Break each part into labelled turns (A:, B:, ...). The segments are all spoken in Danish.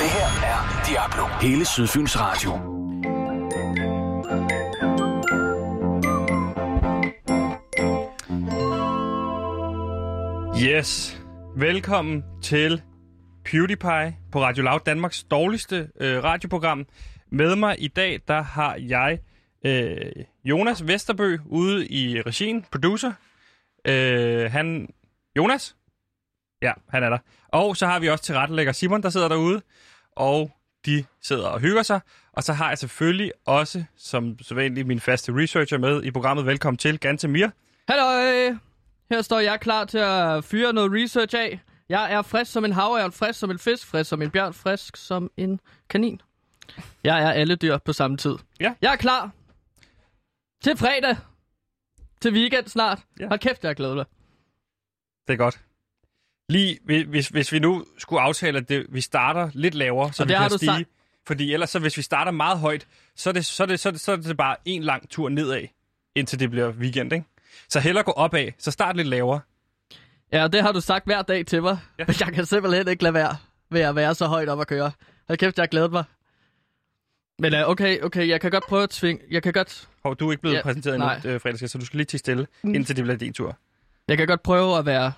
A: Det her er Diablo. Hele Sydfyns Radio.
B: Yes. Velkommen til PewDiePie på Radio Loud, Danmarks dårligste øh, radioprogram. Med mig i dag, der har jeg øh, Jonas Vesterbø ude i regien, producer. Øh, han... Jonas? Ja, han er der. Og så har vi også tilrettelægger Simon, der sidder derude. Og de sidder og hygger sig. Og så har jeg selvfølgelig også, som sædvanligt, min faste researcher med i programmet. Velkommen til, Gante Mir.
C: Hallo! Her står jeg klar til at fyre noget research af. Jeg er frisk som en havørn, frisk som en fisk, frisk som en bjørn, frisk som en kanin. Jeg er alle dyr på samme tid.
B: Ja.
C: Jeg er klar til fredag, til weekend snart.
B: Ja.
C: Ja. Hold kæft, jeg er glæder mig.
B: Det er godt. Lige, hvi- hvis, hvis vi nu skulle aftale, at det, vi starter lidt lavere, så
C: Og
B: vi
C: det har
B: kan
C: du
B: stige.
C: sagt.
B: Fordi ellers, så hvis vi starter meget højt, så er det, så er det, så er det, så er det bare en lang tur nedad, indtil det bliver weekend, ikke? Så hellere gå opad, så start lidt lavere.
C: Ja, det har du sagt hver dag til mig.
B: Ja.
C: Ja. Men jeg kan simpelthen ikke lade være ved at være så højt op at køre. Hold kæft, jeg har glædet mig. Men øh, okay, okay, jeg kan godt prøve at tvinge... Jeg kan godt...
B: Hov, du er ikke blevet ja,
C: Ja,
B: præsenteret
C: nej.
B: endnu, øh, fredags, så du skal lige til stille, mm.
C: Mm.
B: indtil det bliver din tur.
C: Jeg kan godt prøve at være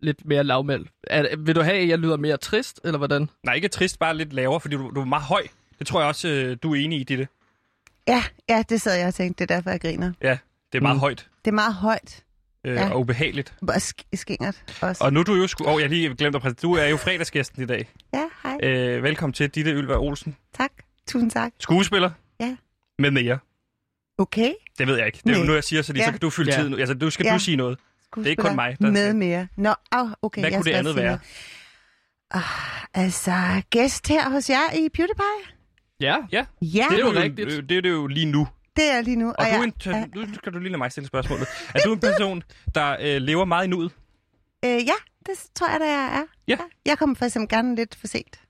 C: lidt mere lavmæld. Er, vil du have, at jeg lyder mere trist, eller hvordan?
B: Nej, ikke trist, bare lidt lavere, fordi du, du er meget høj. Det tror jeg også, øh, du er enig i, det.
D: Ja, ja, det sad jeg og tænkte. Det er derfor, jeg griner.
B: Ja, det er meget mm.
C: Mm.
B: højt
D: Det er meget højt
B: øh, ja.
D: Ja.
B: og ubehageligt.
D: og sk- skingert også.
B: Og nu er du jo sku... Åh, oh, jeg har lige glemt at præsentere. Du er jo fredagsgæsten i dag.
D: Ja, hej.
B: Øh, velkommen til Ditte Ylva Olsen.
D: Tak. Tusind tak.
B: Skuespiller?
D: Ja.
B: Med mere.
D: Okay.
B: Det ved jeg ikke. Det er jo
D: Nej.
B: nu, jeg siger, så, lige,
D: Ja.
B: så kan du fylde
C: Ja.
B: tiden ud. Altså, du skal
D: Ja.
B: du sige noget.
D: Skuespiller.
B: ikke kun mig, der
D: Der med
B: skal-
D: mere. Nå, oh, okay.
B: Hvad
D: jeg
B: kunne det
D: skal
B: andet
D: sige
B: være?
D: noget. Ah, altså, gæst her hos jer i PewDiePie?
C: Ja.
D: Ja,
B: det, er
C: det
B: jo
C: er jo
B: en,
C: rigtigt.
B: øh, det er det jo lige nu.
D: det er jeg lige nu.
B: Og, og du er
D: jeg,
B: en, t- nu skal du lige lade mig stille spørgsmålet. Er du en person, der øh, lever meget i nuet?
D: øh, ja, det tror jeg, da jeg er.
B: Ja.
D: Jeg kommer for eksempel gerne lidt for sent,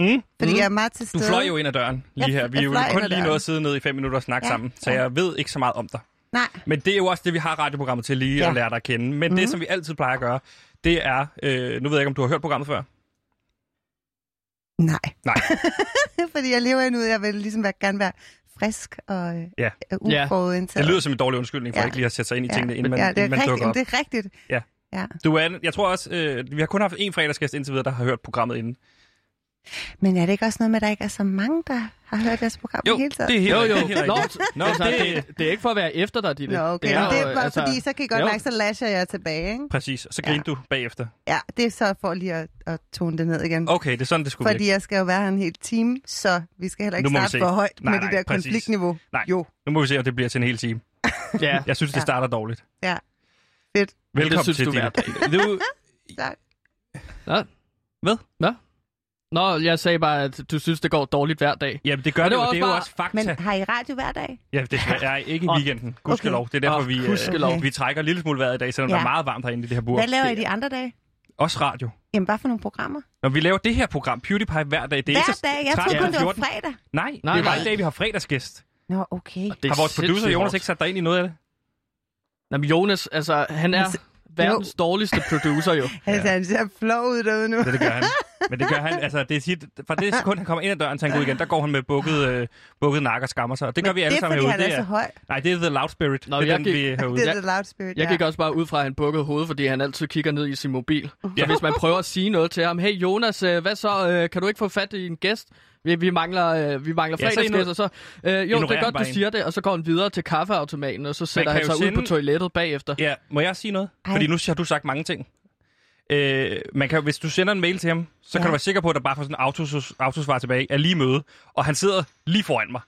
B: Mm?
D: fordi
C: Mm.
D: jeg er meget til
B: Du
D: stede.
B: fløj jo ind ad døren lige
D: Jeg-
B: her. Vi er
D: jeg
B: jo
D: fløj ind
B: kun
D: ad
B: lige
D: døren.
B: nået at sidde nede i fem minutter og snakke ja.
D: Ja,
B: sammen, så
D: ja.
B: jeg ved ikke så meget om dig.
D: Nej,
B: Men det er jo også det, vi har radioprogrammet til lige ja.
D: Ja. Mhm.
B: at lære dig at kende. Men mm-hmm. det, som vi altid plejer at gøre, det er... Øh, nu ved jeg ikke, om du har hørt programmet før.
D: nej.
B: Nej.
D: fordi jeg lever endnu, jeg vil ligesom være, gerne være frisk og øh,
B: Ja.
D: øh,
C: Ja.
D: uforudindtaget.
B: Det lyder som en dårlig undskyldning for ja.
D: Ja.
B: ikke lige at sætte sig ind i
D: Ja.
B: tingene, inden man,
D: ja, det er
B: inden man
D: rigtigt.
B: dukker op.
D: Jamen, Det er rigtigt.
B: Ja.
D: ja.
B: Du er, jeg tror også, øh, vi har kun haft en fredagsgæst indtil videre, der har hørt programmet inden.
D: Men er det ikke også noget med, at der ikke er så mange, der har hørt deres program i hele taget?
B: det er helt
C: Jo, jo.
B: rigtigt, det er helt
C: Nå,
B: rigtigt. Nå,
C: altså,
B: det,
C: det, det er ikke for at være efter dig, Ditte.
D: Nå, okay. Det er,
C: jo,
D: men det er bare, altså, fordi, så kan I godt
C: jo.
D: mærke, så lasher jeg tilbage, ikke?
B: præcis. Og så griner ja. du bagefter.
D: Ja, det er så for lige at, at tone det ned igen.
B: Okay, det er sådan, det skulle
D: Fordi
B: virke.
D: jeg skal jo være her en hel time, så vi skal heller
B: Nu
D: ikke
B: må vi
D: starte
B: se.
D: for højt
B: Nej,
D: med
B: nej,
D: det der
B: præcis.
D: konfliktniveau.
B: Nej.
D: Jo,
B: Nu må vi se, om det bliver til en hel time.
C: Ja.
B: Jeg synes, det
D: Ja.
B: starter dårligt.
D: Ja. Fedt.
B: Velkommen
C: Det synes
B: til
C: du hver
B: Ditte. Du,
D: tak.
C: Nå, jeg sagde bare, at du synes, det går dårligt hver dag.
B: jamen, det gør
C: Men
B: det,
C: det
B: jo.
C: var også
B: Det er jo
C: bare-
B: også fakta.
D: Men
B: Men...
D: har I radio hver dag?
B: Ja, det er ikke i
C: Åh,
B: weekenden. Gudskelov. Det er derfor,
C: Åh,
B: vi, øh,
C: gudskelov.
D: Okay.
B: vi trækker en lille smule vejret i dag, selvom ja.
D: Ja.
B: der er meget varmt herinde i det her bur.
D: Hvad laver I de andre dage?
B: Også radio.
D: Jamen, bare for nogle programmer?
B: Når vi laver det her program, PewDiePie, hver dag, det er
D: Hver
B: ikke så
D: dag? Jeg
B: 13,
D: troede kun, det var
B: 14.
D: fredag.
B: Nej,
C: Nej,
B: det er bare
C: nej.
B: i dag, vi har fredagsgæst.
D: Nå, okay.
C: Det er
B: Har vores producer
C: sindssygt
B: Jonas
C: hårdt.
B: ikke sat dig ind i noget af det?
C: Nå, men Jonas, altså, han er
D: Altså,
C: verdens dårligste producer jo.
D: Altså, han ser flov ud derude nu.
B: Ja, det gør han. Men det gør han, altså det er tit, fra det sekund, han kommer ind ad døren til han går ud igen, der går han med bukket, øh, bukket nakke og skammer sig. Og det gør vi alle
D: det er,
B: sammen
D: fordi
B: herude.
D: han er så høj.
B: nej, det er The Loud Spirit.
C: Nå,
B: det er
C: jeg
B: den,
C: gik-
B: vi er herude.
D: Det
C: Jeg-
D: er the loud spirit,
C: Jeg
D: ja.
C: gik også bare ud fra, at han bukkede hovedet, fordi han altid kigger ned i sin mobil. Så hvis man prøver at sige noget til ham, hey Jonas, øh, hvad så, øh, kan du ikke få fat i en gæst? Vi, vi mangler, øh, vi mangler
B: Ja, så
C: fredagsgæst,
B: ignorer-
C: og så, øh, jo,
B: ignorerer
C: det er
B: han
C: godt,
B: bare
C: du
B: en.
C: siger det, og så går han videre til kaffeautomaten, og så sætter
B: kan
C: han
B: jo
C: sig ud
B: sende-
C: på toilettet bagefter.
B: Ja, må jeg sige noget?
D: Ej.
B: Fordi nu har du sagt mange ting. Øh, man kan, jo- hvis du sender en mail til ham, så ja.
D: Ja.
B: kan du være sikker på, at der bare får sådan en autos, autosvar tilbage er lige møde. Og han sidder lige foran mig.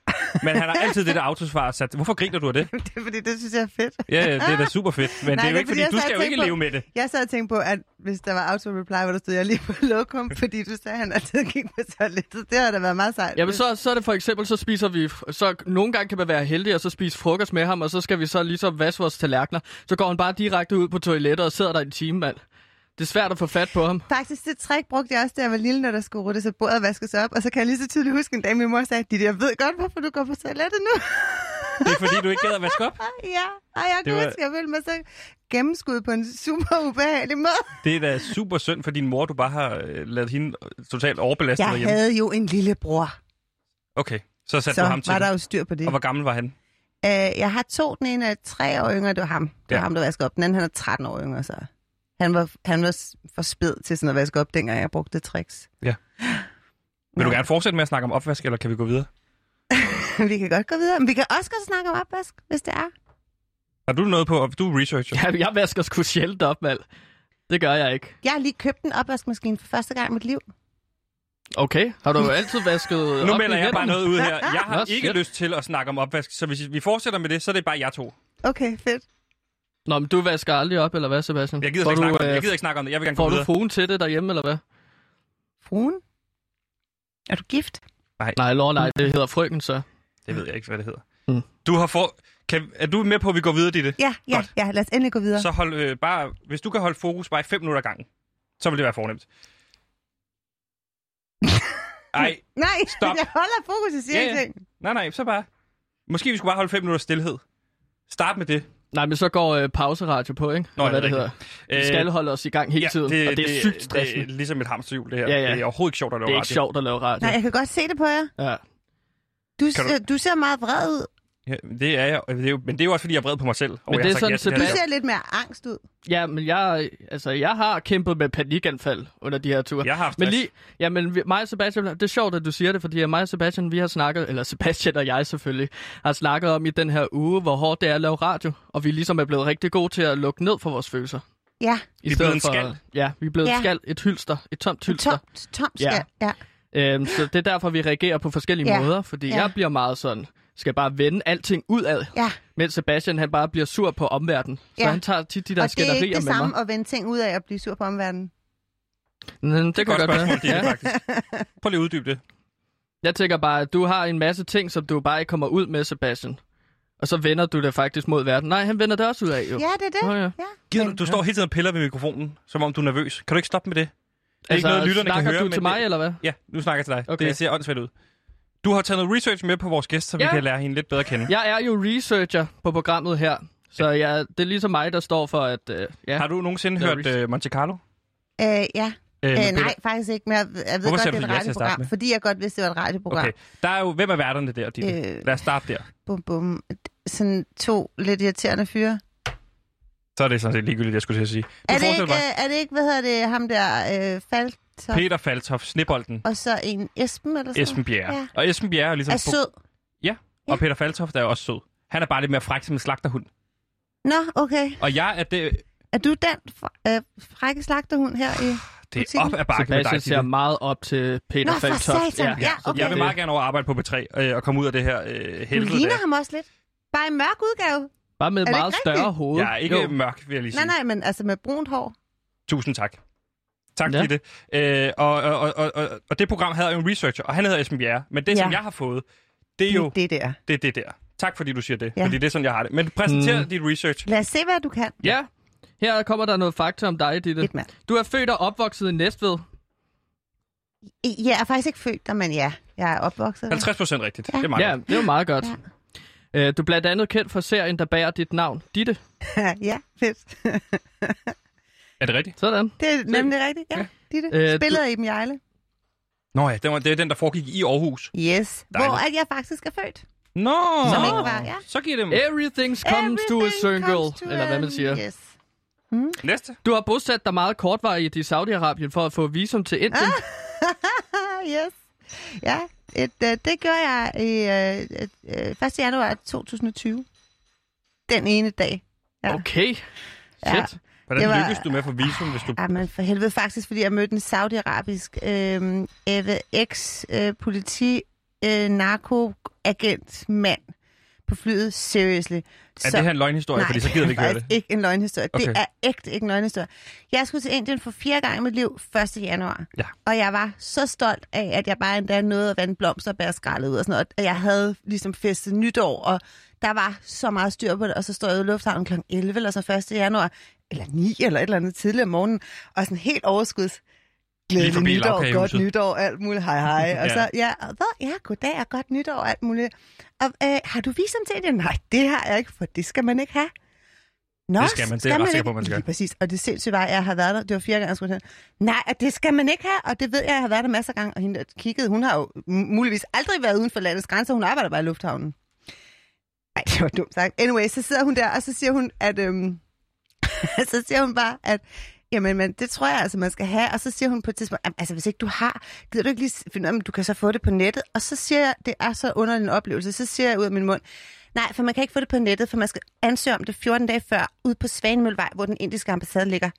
B: Men han har altid det der autosvar sat. Hvorfor griner du af det?
D: Det er, fordi det synes jeg er fedt.
B: Ja, ja, det er da super fedt. Men Nej, det er jo ikke, fordi,
D: jeg
B: du
D: sad
B: skal jo
D: og
B: ikke
D: tænkte på-
B: leve med det.
D: Jeg sad og tænkte på, at hvis der var auto-reply, hvor der stod jeg lige på lokum, fordi du sagde, at han altid gik på toilettet. Det har da været meget sejt.
C: Jamen så, så er det for eksempel, så spiser vi, så nogle gange kan man være heldig og så spise frokost med ham, og så skal vi så ligesom vaske vores tallerkener. Så går han bare direkte ud på toilettet og sidder der i en time, mand. Det er svært at få fat på ham.
D: Faktisk, det trick brugte jeg også, da jeg var lille, når der skulle ryddes og bordet vaskes op. Og så kan jeg lige så tydeligt huske en dag, min mor sagde, at jeg ved godt, hvorfor du går på toilettet nu.
B: Det er fordi, du ikke gad at vaske op.
D: ja, og jeg
B: Det
D: kunne
B: var-
D: huske, jeg ville mig så gennemskud på en super ubehagelig måde.
B: Det er da super synd for din mor, du bare har øh, lavet hende totalt overbelastet
D: Jeg
B: derhjemme.
D: havde jo en lillebror,
B: Okay, så satte
D: så
B: du ham til.
D: var der
B: det.
D: jo styr på det.
B: Og hvor gammel var han?
D: Øh, jeg har to. Den ene er tre år yngre, det var ham. Det var
B: Ja.
D: ham, der vaskede op. Den anden, han er 13 år yngre, så han var, han var s- for spæd til sådan at vaske op, dengang jeg brugte det tricks.
B: Vil du gerne fortsætte med at snakke om opvask, eller kan vi gå videre?
D: vi kan godt gå videre, men vi kan også godt snakke om opvask, hvis det er.
B: Har du noget på? Du er researcher.
C: Ja, jeg vasker sgu sjældent op, mand. Det gør jeg ikke.
D: Jeg har lige købt en opvaskemaskine for første gang i mit liv.
C: Okay, har du altid vasket
B: Nu
C: op i
B: melder jeg bare
C: hænderne?
B: noget ud her. Jeg har
C: Nå,
B: ikke
C: shit.
B: lyst til at snakke om opvask, så hvis vi fortsætter med det, så er det bare jeg to.
D: Okay, fedt.
C: Nå, men du vasker aldrig op, eller hvad, Sebastian?
B: Jeg gider,
C: Får
B: slet ikke,
C: du,
B: snakke om det.
C: øh,
B: jeg gider ikke snakke om det. Jeg vil gerne gå
C: Får du
B: videre.
C: fruen til det derhjemme, eller hvad?
D: Fruen? Er du gift?
C: Nej, lov, nej, det hedder frøken, så.
B: Det ved jeg ikke, hvad det hedder.
C: Mm.
B: Du har for... kan... Er du med på, at vi går videre i det?
D: Ja, ja,
B: Godt.
D: ja. Lad os endelig gå videre.
B: Så hold øh, bare... Hvis du kan holde fokus bare i fem minutter ad gangen, så vil det være fornemt. Ej,
D: Nej,
B: Stop.
D: jeg holder fokus i siger
B: Ja, ja.
D: yeah. ting.
B: nej, nej, så bare... Måske vi skulle bare holde fem minutter stillhed. Start med det.
C: Nej, men så går øh, pauseradio på, ikke?
B: Nå,
C: Eller
B: ja, det
C: hvad
B: er
C: det
B: Øh,
C: hedder. Vi skal holde os i gang hele tiden, og det er sygt stressende.
B: Det, er ligesom et hamsterhjul, det her.
C: Ja, ja.
B: Det er overhovedet ikke sjovt at lave
C: Det er ikke
B: radio.
C: sjovt at lave radio.
D: Nej, jeg kan godt se det på jer.
C: Ja.
D: Du,
B: Kan du-
D: ser, du ser meget vred ud.
B: Ja, det er jeg, og det er jo, men det er jo også, fordi jeg er vred på mig selv. over,
C: det
B: jeg har
C: er
B: sagt
C: sådan,
B: ja til det
D: Du
B: her
C: Sebastian-
D: ser lidt mere angst ud.
C: ja, men jeg, altså, jeg har kæmpet med panikanfald under de her ture.
B: Jeg har haft
C: men
B: stress.
C: lige, ja, men vi- mig og Sebastian, det er sjovt, at du siger det, fordi mig og Sebastian, vi har snakket, eller Sebastian og jeg selvfølgelig, har snakket om i den her uge, hvor hårdt det er at lave radio, og vi ligesom er blevet rigtig gode til at lukke ned for vores følelser.
D: Ja,
C: I
B: Vi er
C: stedet
B: blevet en skal.
C: Ja, vi er blevet ja.
D: Ja.
C: en skal, et hylster, et tomt hylster.
D: tomt, tomt skal. Ja. ja.
C: Øhm, så det er derfor, vi reagerer på forskellige
D: Ja.
C: måder, fordi
D: Ja.
C: jeg bliver meget sådan, skal bare vende alting udad,
D: ja.
C: mens Sebastian han bare bliver sur på omverdenen. Så
D: Ja.
C: han tager tit de der
D: og det er ikke
C: skænderier
D: det
C: med mig.
D: samme at vende ting ud af at blive sur på omverdenen.
C: Mm, det,
B: Det
C: det
B: er
C: kan
B: et godt
C: godt være.
B: spørgsmål, det er
C: Ja.
B: faktisk. Prøv lige at uddybe det.
C: Jeg tænker bare, at du har en masse ting, som du bare ikke kommer ud med, Sebastian. Og så vender du det faktisk mod verden. Nej, han vender det også ud af, jo.
D: Ja, det er det.
C: Nå, ja.
D: ja.
B: Gider
D: Men-
B: du, du står hele tiden og piller ved mikrofonen, som om du er nervøs. Kan du ikke stoppe med det? Det er
C: Altså,
B: ikke noget, lytterne kan
C: snakker
B: høre.
C: du
B: men
C: til mig, eller hvad?
B: Ja, nu snakker jeg til dig. Okay.
C: Okay.
B: Det ser åndssvagt ud. Du har taget noget research med på vores gæst, så vi
C: Ja.
B: kan lære hende lidt bedre at kende.
C: Jeg er jo researcher på programmet her. Så ja, det er ligesom mig, der står for, at... Øh, ja.
B: Har du nogensinde
C: Noget
B: hørt
C: research.
B: øh, Monte Carlo?
D: Øh, ja.
B: Øh, med
D: Øh,
B: Peter?
D: nej, faktisk ikke, men jeg, jeg ved
B: Hvorfor
D: godt,
B: sagde
D: det
B: du
D: er et
B: ja til at starte
D: radioprogram,
B: med?
D: fordi jeg godt vidste, det var et radioprogram.
B: Okay. Der er jo, hvem er værterne der, Ditte?
D: Øh.
B: Lad os starte der.
D: Bum, bum. Sådan to lidt irriterende fyre.
B: Så er det sådan set ligegyldigt, jeg skulle til at sige. Du
D: Er det,
B: fortsætter
D: ikke,
B: bare.
D: øh, er det ikke, hvad hedder det, ham der øh, faldt? Så,
B: Peter Faltoff, Snibolden,
D: og så en Esben eller sådan
B: Esben Bjerre.
D: Ja.
B: Og Esben Bjerre er ligesom...
D: Er sød.
B: Og Peter Faltoff, der er også sød. Han er bare lidt mere fræk som en slagterhund.
D: Nå, okay.
B: Og jeg er det...
D: Er du den fr- øh, frække slagterhund her i...
B: Det er
D: Butikken.
B: op ad bakke med dig,
C: Sebastian
B: Ditte.
C: ser meget op til Peter
D: Nå, for
C: Faltoft.
D: satan. Ja,
C: så
D: okay.
B: Jeg vil
C: det-
B: meget gerne over at arbejde på B3 øh, og komme ud af det her øh,
D: Du
B: helvede
D: ligner
B: der.
D: ham også lidt. Bare i mørk udgave.
C: Bare med
D: det
C: et meget
D: ikke
C: større
D: rigtigt?
C: hoved.
B: Jeg er ikke jo. mørk, vil jeg lige sige.
D: Nej, nej, men altså med brunt hår.
B: Tusind tak. Tak,
C: Ja.
B: ja. Ditte. Øh, og, og, og, og, og det program havde jo en researcher, og han hedder Esben Bjerre. Men det, ja. som
D: Ja.
B: jeg har fået, det er jo
D: Det der.
B: det, er det der. Tak, fordi du siger det. Ja.
D: Ja.
B: Fordi det er sådan, jeg har det. Men præsenter
C: Mm.
B: mm. dit research.
D: Lad os se, hvad du kan.
C: Ja, her kommer der noget fakta om dig, Ditte.
D: Lidt mand.
C: Du er født og opvokset i Næstved.
D: Jeg er faktisk ikke født der, men ja. Jeg er opvokset der.
B: 50 procent rigtigt. Ja.
D: Ja.
B: Det er meget
C: Ja,
B: ja.
C: det er jo meget godt. Ja. Øh, du er blandt andet kendt for serien, der bærer dit navn, Ditte.
D: ja, fedt.
B: Er det rigtigt?
C: Sådan.
D: Det er nemlig rigtigt, ja. Ditte.
C: Øh,
D: Spiller i Iben Jejle.
B: Nå ja, det, var, det er den, der foregik i Aarhus.
D: Yes. Hvor
B: Dejligt.
D: at jeg faktisk er født.
B: Nå!
D: Som ikke var, ja.
B: Så giv dem.
C: Everything's comes to a
D: Mm. Everything comes to
C: circle, eller hvad man
D: a-
C: siger.
D: Yes.
B: Næste.
C: Du har bosat dig meget kortvarigt i Saudi-Arabien for at få visum til Indien. Ah.
D: Ah, yes. Ja, et, øh, det gjorde jeg i, øh, øh, 1. januar 2020. Den ene dag. Ja.
C: Okay.
D: Ah. Ja.
C: Shit.
B: Hvordan
D: Det
B: var...
D: var-
B: lykkedes du med at få visum, hvis du...
D: Ej, men for helvede faktisk, fordi jeg mødte en saudiarabisk øh, ex-politi øh, narkoagent mand på flyet, seriously.
B: Er det her en løgnhistorie? fordi så gider vi ikke høre det.
D: faktisk ikke en løgnhistorie. Okay.
B: Okay.
D: Det er ægte ikke en løgnhistorie. Jeg skulle til Indien for fire gange i mit liv 1. januar.
B: Ja.
D: Og jeg var så stolt af, at jeg bare endda nåede at vande blomsterbær skrællet ud og sådan noget. Og jeg havde ligesom festet nytår, og der var så meget styr på det. Og så står jeg ude i lufthavnen kl. 11 eller så 1. januar, eller 9 eller et eller andet tidligere om morgenen, og sådan helt overskuds.
B: Lige
D: Glædelig
B: forbi
D: nytår, godt
B: lavkagehuset.
D: nytår, alt muligt, hej hej. Og
B: Ja.
D: så, ja, og hvad? Ja, goddag og godt nytår, alt muligt. Og øh, har du visum til det? Nej, det har jeg ikke, for det skal man ikke have. Nå,
B: Det skal man. Det er jeg ret sikker på, man skal.
D: Lige præcis. Og det sindssyge var, at jeg har været der. Det var fire gange, jeg skulle hen. Nej, og det skal man ikke have. Og det ved jeg, jeg har været der masser af gange. Og hende der kiggede, hun har jo m- muligvis aldrig været uden for landets grænser. Hun arbejder bare i lufthavnen. Nej, det var dumt sagt. Anyway, så sidder hun der, og så siger hun, at... Øhm, så siger hun bare, at Jamen, men det tror jeg altså, man skal have. Og så siger hun på et tidspunkt, "Jamen, altså hvis ikke du har, gider du ikke lige finde ud af, om du kan så få det på nettet? Og så siger jeg, det er så under en oplevelse, så siger jeg ud af min mund, nej, for man kan ikke få det på nettet, for man skal ansøge om det 14 dage før, ude på Svanemøllevej, hvor den indiske ambassade ligger.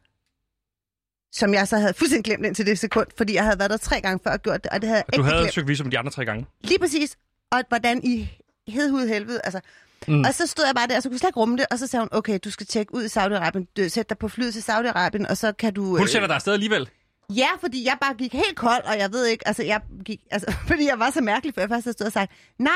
D: Som jeg så havde fuldstændig glemt indtil det sekund, fordi jeg havde været der tre gange før og gjort det, og det havde jeg
B: Du
D: ikke
B: havde
D: glemt.
B: søgt visum de andre tre gange.
D: Lige præcis. Og hvordan i hedhud helvede, altså. Mm. Og så stod jeg bare der, og så kunne jeg slet ikke rumme det, og så sagde hun, okay, du skal tjekke ud i Saudi-Arabien, Du- sæt dig på flyet til Saudi-Arabien, og så kan du... øh,
B: Hun sender dig afsted alligevel.
D: Ja, fordi jeg bare gik helt kold, og jeg ved ikke, altså jeg gik, altså, fordi jeg var så mærkelig, for jeg først havde stået og sagt, nej,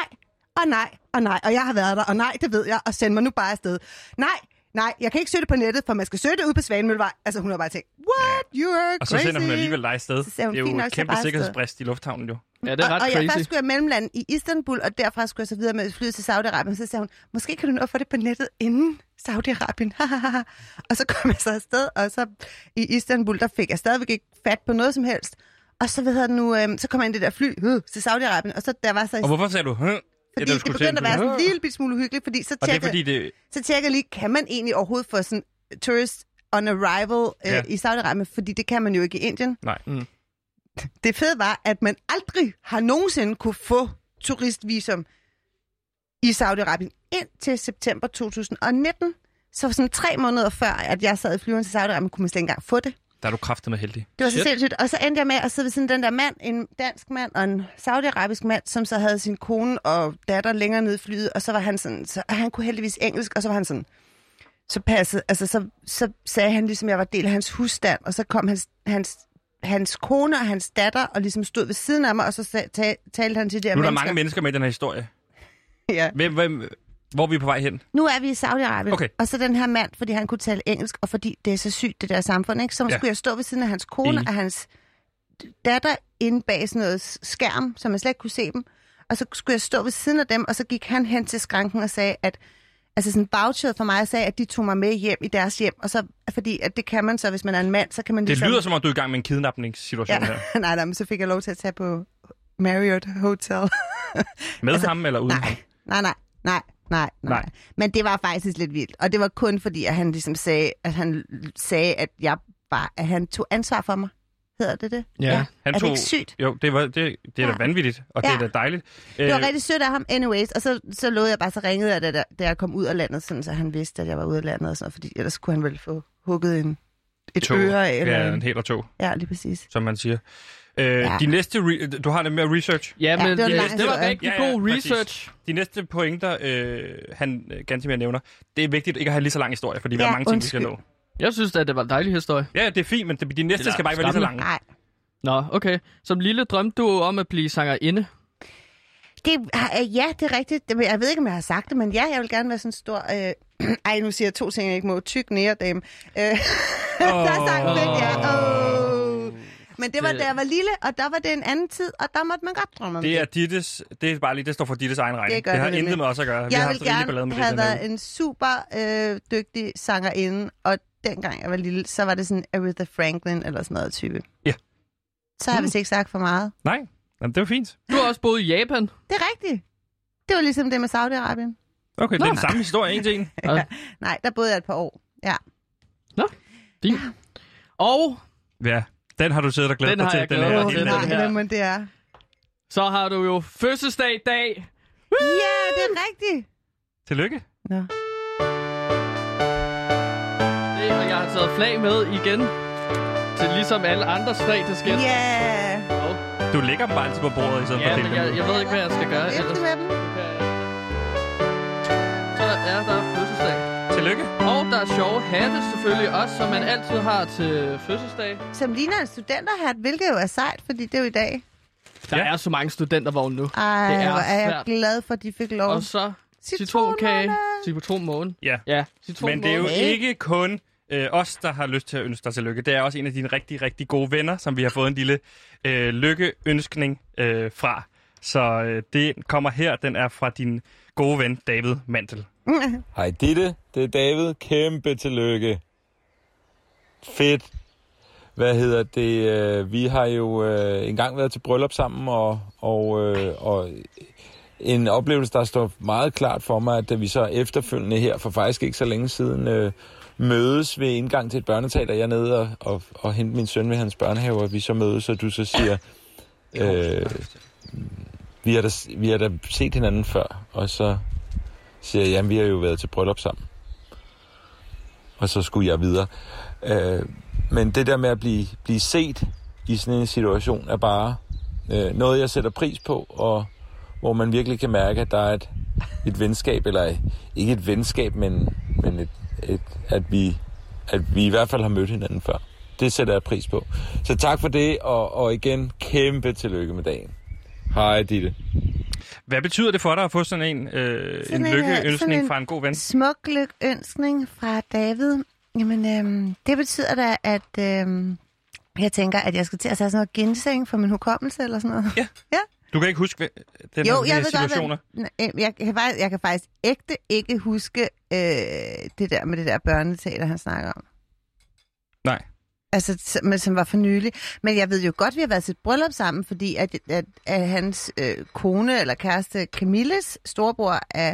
D: og nej, og nej, og jeg har været der, og nej, det ved jeg, og send mig nu bare afsted. Nej, nej, jeg kan ikke søge det på nettet, for man skal søge det ud på Svanemøllevej. Altså hun har bare tænkt, what, you are
B: Og så
D: crazy.
B: sender hun alligevel dig afsted.
D: Så sagde hun,
B: Det er jo
D: fint nok,
B: et
D: så
B: kæmpe
D: bare afsted.
B: sikkerhedsbrist i lufthavnen jo.
C: Ja, det er
D: og,
C: ret
D: og jeg
C: crazy.
D: først skulle jeg mellemlande i Istanbul, og derfra skulle jeg så videre med flyet til Saudi-Arabien. Så sagde hun, måske kan du nå at få det på nettet inden Saudi-Arabien. og så kom jeg så afsted, og så i Istanbul, der fik jeg stadigvæk ikke fat på noget som helst. Og så, hvad hedder det nu, øhm, så kom jeg ind i det der fly øh, til Saudi-Arabien, og så der var så...
B: Og hvorfor sagde du, hm?
D: fordi det begyndte at være sådan en lille bit smule hyggeligt, fordi så
B: Og det er
D: tjekkede,
B: fordi, det,
D: så tjekkede jeg lige, kan man egentlig overhovedet få sådan tourist on arrival øh,
B: Ja.
D: ja. i Saudi-Arabien, fordi det kan man jo ikke i Indien.
B: nej. Mm.
D: Det fede var, at man aldrig har nogensinde kunne få turistvisum i Saudi-Arabien indtil september 2019. Så sådan tre måneder før, at jeg sad i flyveren til Saudi-Arabien, kunne man slet ikke engang få det.
B: Der er du kraftet med heldig.
D: Det var så
C: Shit.
D: sindssygt. Og så endte jeg med at sidde ved sådan den der mand, en dansk mand og en saudiarabisk mand, som så havde sin kone og datter længere nede i flyet, og så var han sådan, så, og han kunne heldigvis engelsk, og så var han sådan, så passede, altså så, så sagde han ligesom, jeg var del af hans husstand, og så kom hans, hans, hans kone og hans datter, og ligesom stod ved siden af mig, og så sag, ta, talte han til de her
B: Nu er der
D: mennesker.
B: mange mennesker med i den her historie.
D: Ja.
B: Hvem, hvem, hvor er vi på vej hen?
D: Nu er vi i Saudi-Arabien,
B: Okay.
D: og så den her mand, fordi han kunne tale engelsk, og fordi det er så sygt, det der samfund, ikke? så
B: Ja.
D: ja. skulle jeg stå ved siden af hans kone
B: Enig.
D: og hans datter inde bag sådan noget skærm, så man slet ikke kunne se dem. Og så skulle jeg stå ved siden af dem, og så gik han hen til skranken og sagde, at altså sådan voucheret for mig og sagde, at de tog mig med hjem i deres hjem, og så, fordi at det kan man så, hvis man er en mand, så kan man
B: Det
D: ligesom...
B: lyder som om, du er i gang med en kidnapningssituation ja. her.
D: ja. nej, nej, men så fik jeg lov til at tage på Marriott Hotel.
B: Med altså, ham eller uden ham?
D: Nej, nej, nej, nej, nej, nej.
B: Nej.
D: Men det var faktisk lidt vildt. Og det var kun fordi, at han ligesom sagde, at han sagde, at jeg bare, at han tog ansvar for mig. Hedder det det?
C: Ja.
B: Han
D: er det
B: tog-
D: ikke sygt?
B: Jo, det, var, det, det er da
D: Ja.
B: vanvittigt, og det
D: Ja.
B: er da dejligt.
D: Det var
B: Øh,
D: rigtig sødt af ham, anyways. Og så, så lovede jeg bare, så ringede jeg, da, da, da jeg kom ud af landet, sådan, så han vidste, at jeg var ude af landet og sådan noget, fordi ellers kunne han vel få hugget en, et
B: tog.
D: øre af. Eller
B: ja, en
D: en,
B: hel og tog,
D: ja, lige præcis.
B: som man siger. Øh, ja.
D: Ja.
B: Din næste re- du har lidt mere research.
C: Ja, men
D: det var en
C: ja,
D: lang
C: det var
D: historie.
C: rigtig
B: Ja, ja,
C: god
B: præcis.
C: research.
B: De næste pointer, øh, han øh, ganske mere nævner, det er vigtigt ikke at have lige så lang historie, fordi ja, der
D: Ja,
B: er mange ting, vi skal nå.
D: undskyld.
C: Jeg synes, at det var en dejlig historie.
B: Ja, ja, det er fint, men det, de næste
C: Eller
B: skal bare ikke være lige så lange.
D: Nej,
C: Nå, okay. Som lille drømte du om at blive sangerinde.
D: det, har- ja, det er rigtigt. Det- Jeg ved ikke, om jeg har sagt det, men ja, jeg vil gerne være sådan en stor... Øh, ej, nu siger jeg to ting, jeg ikke må. Tyk næredame. Øh, Der er sagt lidt, ja. Oh. Men det var,
C: Det-
D: da jeg var lille, og der var det en anden tid, og der måtte man godt drømme om det.
B: Det er Dittes, det er bare lige, det står for Dittes egen regning. Det,
D: gør
B: det har
D: det nemlig.
B: intet med os at gøre. vi har
D: jeg
B: haft
D: ville
B: rigtig ballade med
D: gerne
B: det.
D: have
B: den her uge.
D: været en super øh, dygtig sangerinde, og dengang jeg var lille, så var det sådan Aretha Franklin eller sådan noget type.
B: Ja. Mm.
D: Så har jeg vist ikke sagt for meget.
B: Nej, Jamen, det var fint.
C: Du har også boet i Japan.
D: Det er rigtigt. Det var ligesom det med Saudi-Arabien.
B: Okay, det er den samme historie, en til en.
C: Ja.
D: Nej, der boede jeg et par år. Ja.
C: Fint. Og
B: Ja, den har du siddet og glædet
C: Den
B: dig
C: har
B: til.
C: jeg glædet
B: her
C: mig til,
B: helt
C: den
D: nej,
B: anden.
C: her.
D: men det er.
C: så har du jo fødselsdag i dag.
D: Ja, det er rigtigt.
B: Tillykke.
D: Nå.
C: Det, og jeg har taget flag med igen. Til ligesom alle andres flag, der sker.
D: Yeah.
B: Du lægger dem bare altid på bordet, i stedet for
C: Ja,
B: at
C: men
B: dele
C: jeg,
B: dem.
C: jeg ved ikke, hvad jeg skal gøre
D: Efter
C: ellers.
D: med dem.
C: Så er der fødselsdag.
B: Tillykke.
C: Og der er sjove hatte selvfølgelig også, som man altid har til fødselsdag.
D: Som ligner en studenterhat, hvilket jo er sejt, fordi det er jo i dag.
C: Der
B: Ja.
C: er så mange studentervogne nu.
D: Ej,
C: Det er
D: hvor er jeg
C: svært.
D: glad for, at de fik lov.
C: Og så citronkage, citronmåne.
B: Ja.
C: Ja, citronmåne.
B: Men det er jo
D: måneder.
B: ikke kun øh, os, der har lyst til at ønske dig tillykke. Det er også en af dine rigtig, rigtig gode venner, som vi har fået en lille øh, lykkeønskning øh, fra. Så øh, det kommer her. Den er fra din gode ven, David Mantel.
E: Hej Ditte, det er David. Kæmpe tillykke. Fedt. Hvad hedder det? øh, Vi har jo øh, engang været til bryllup sammen, og, og, øh, og en oplevelse, der står meget klart for mig, at da vi så efterfølgende her, for faktisk ikke så længe siden, øh, mødes ved indgang til et børneteater. Jeg er nede og, og, og hente min søn ved hans børnehave, og vi så mødes, og du så siger, øh, vi, har da, vi har da set hinanden før, og så siger jeg, jamen vi har jo været til bryllup sammen. Og så skulle jeg videre. Øh, men det der med at blive, blive set i sådan en situation er bare øh, noget, jeg sætter pris på, og hvor man virkelig kan mærke, at der er et, et venskab, eller ikke et venskab, men, men et, et, at, vi, at vi i hvert fald har mødt hinanden før. Det sætter jeg pris på. Så tak for det, og, og igen, kæmpe tillykke med dagen. Hej, Ditte.
B: Hvad betyder det for dig at få sådan en, øh, en
D: Sådan en, øh, sådan
B: lykkeønskning
D: en-
B: fra en god ven?
D: En smuk lykønskning fra David. Jamen, øhm, det betyder da, at øhm, jeg tænker, at jeg skal til at tage sådan noget ginseng for min hukommelse eller sådan noget.
B: Du kan ikke huske hvad- den her, her situationer.
D: hvad... N- øh, Jeg kan, faktisk, jeg kan faktisk ægte ikke huske øh, det der med det der børneteater, han snakker om.
B: Nej.
D: Altså, som- men som var for nylig. Men jeg ved jo godt, at vi har været til et bryllup sammen, fordi at, at, at hans øh, kone eller kæreste Camilles storebror er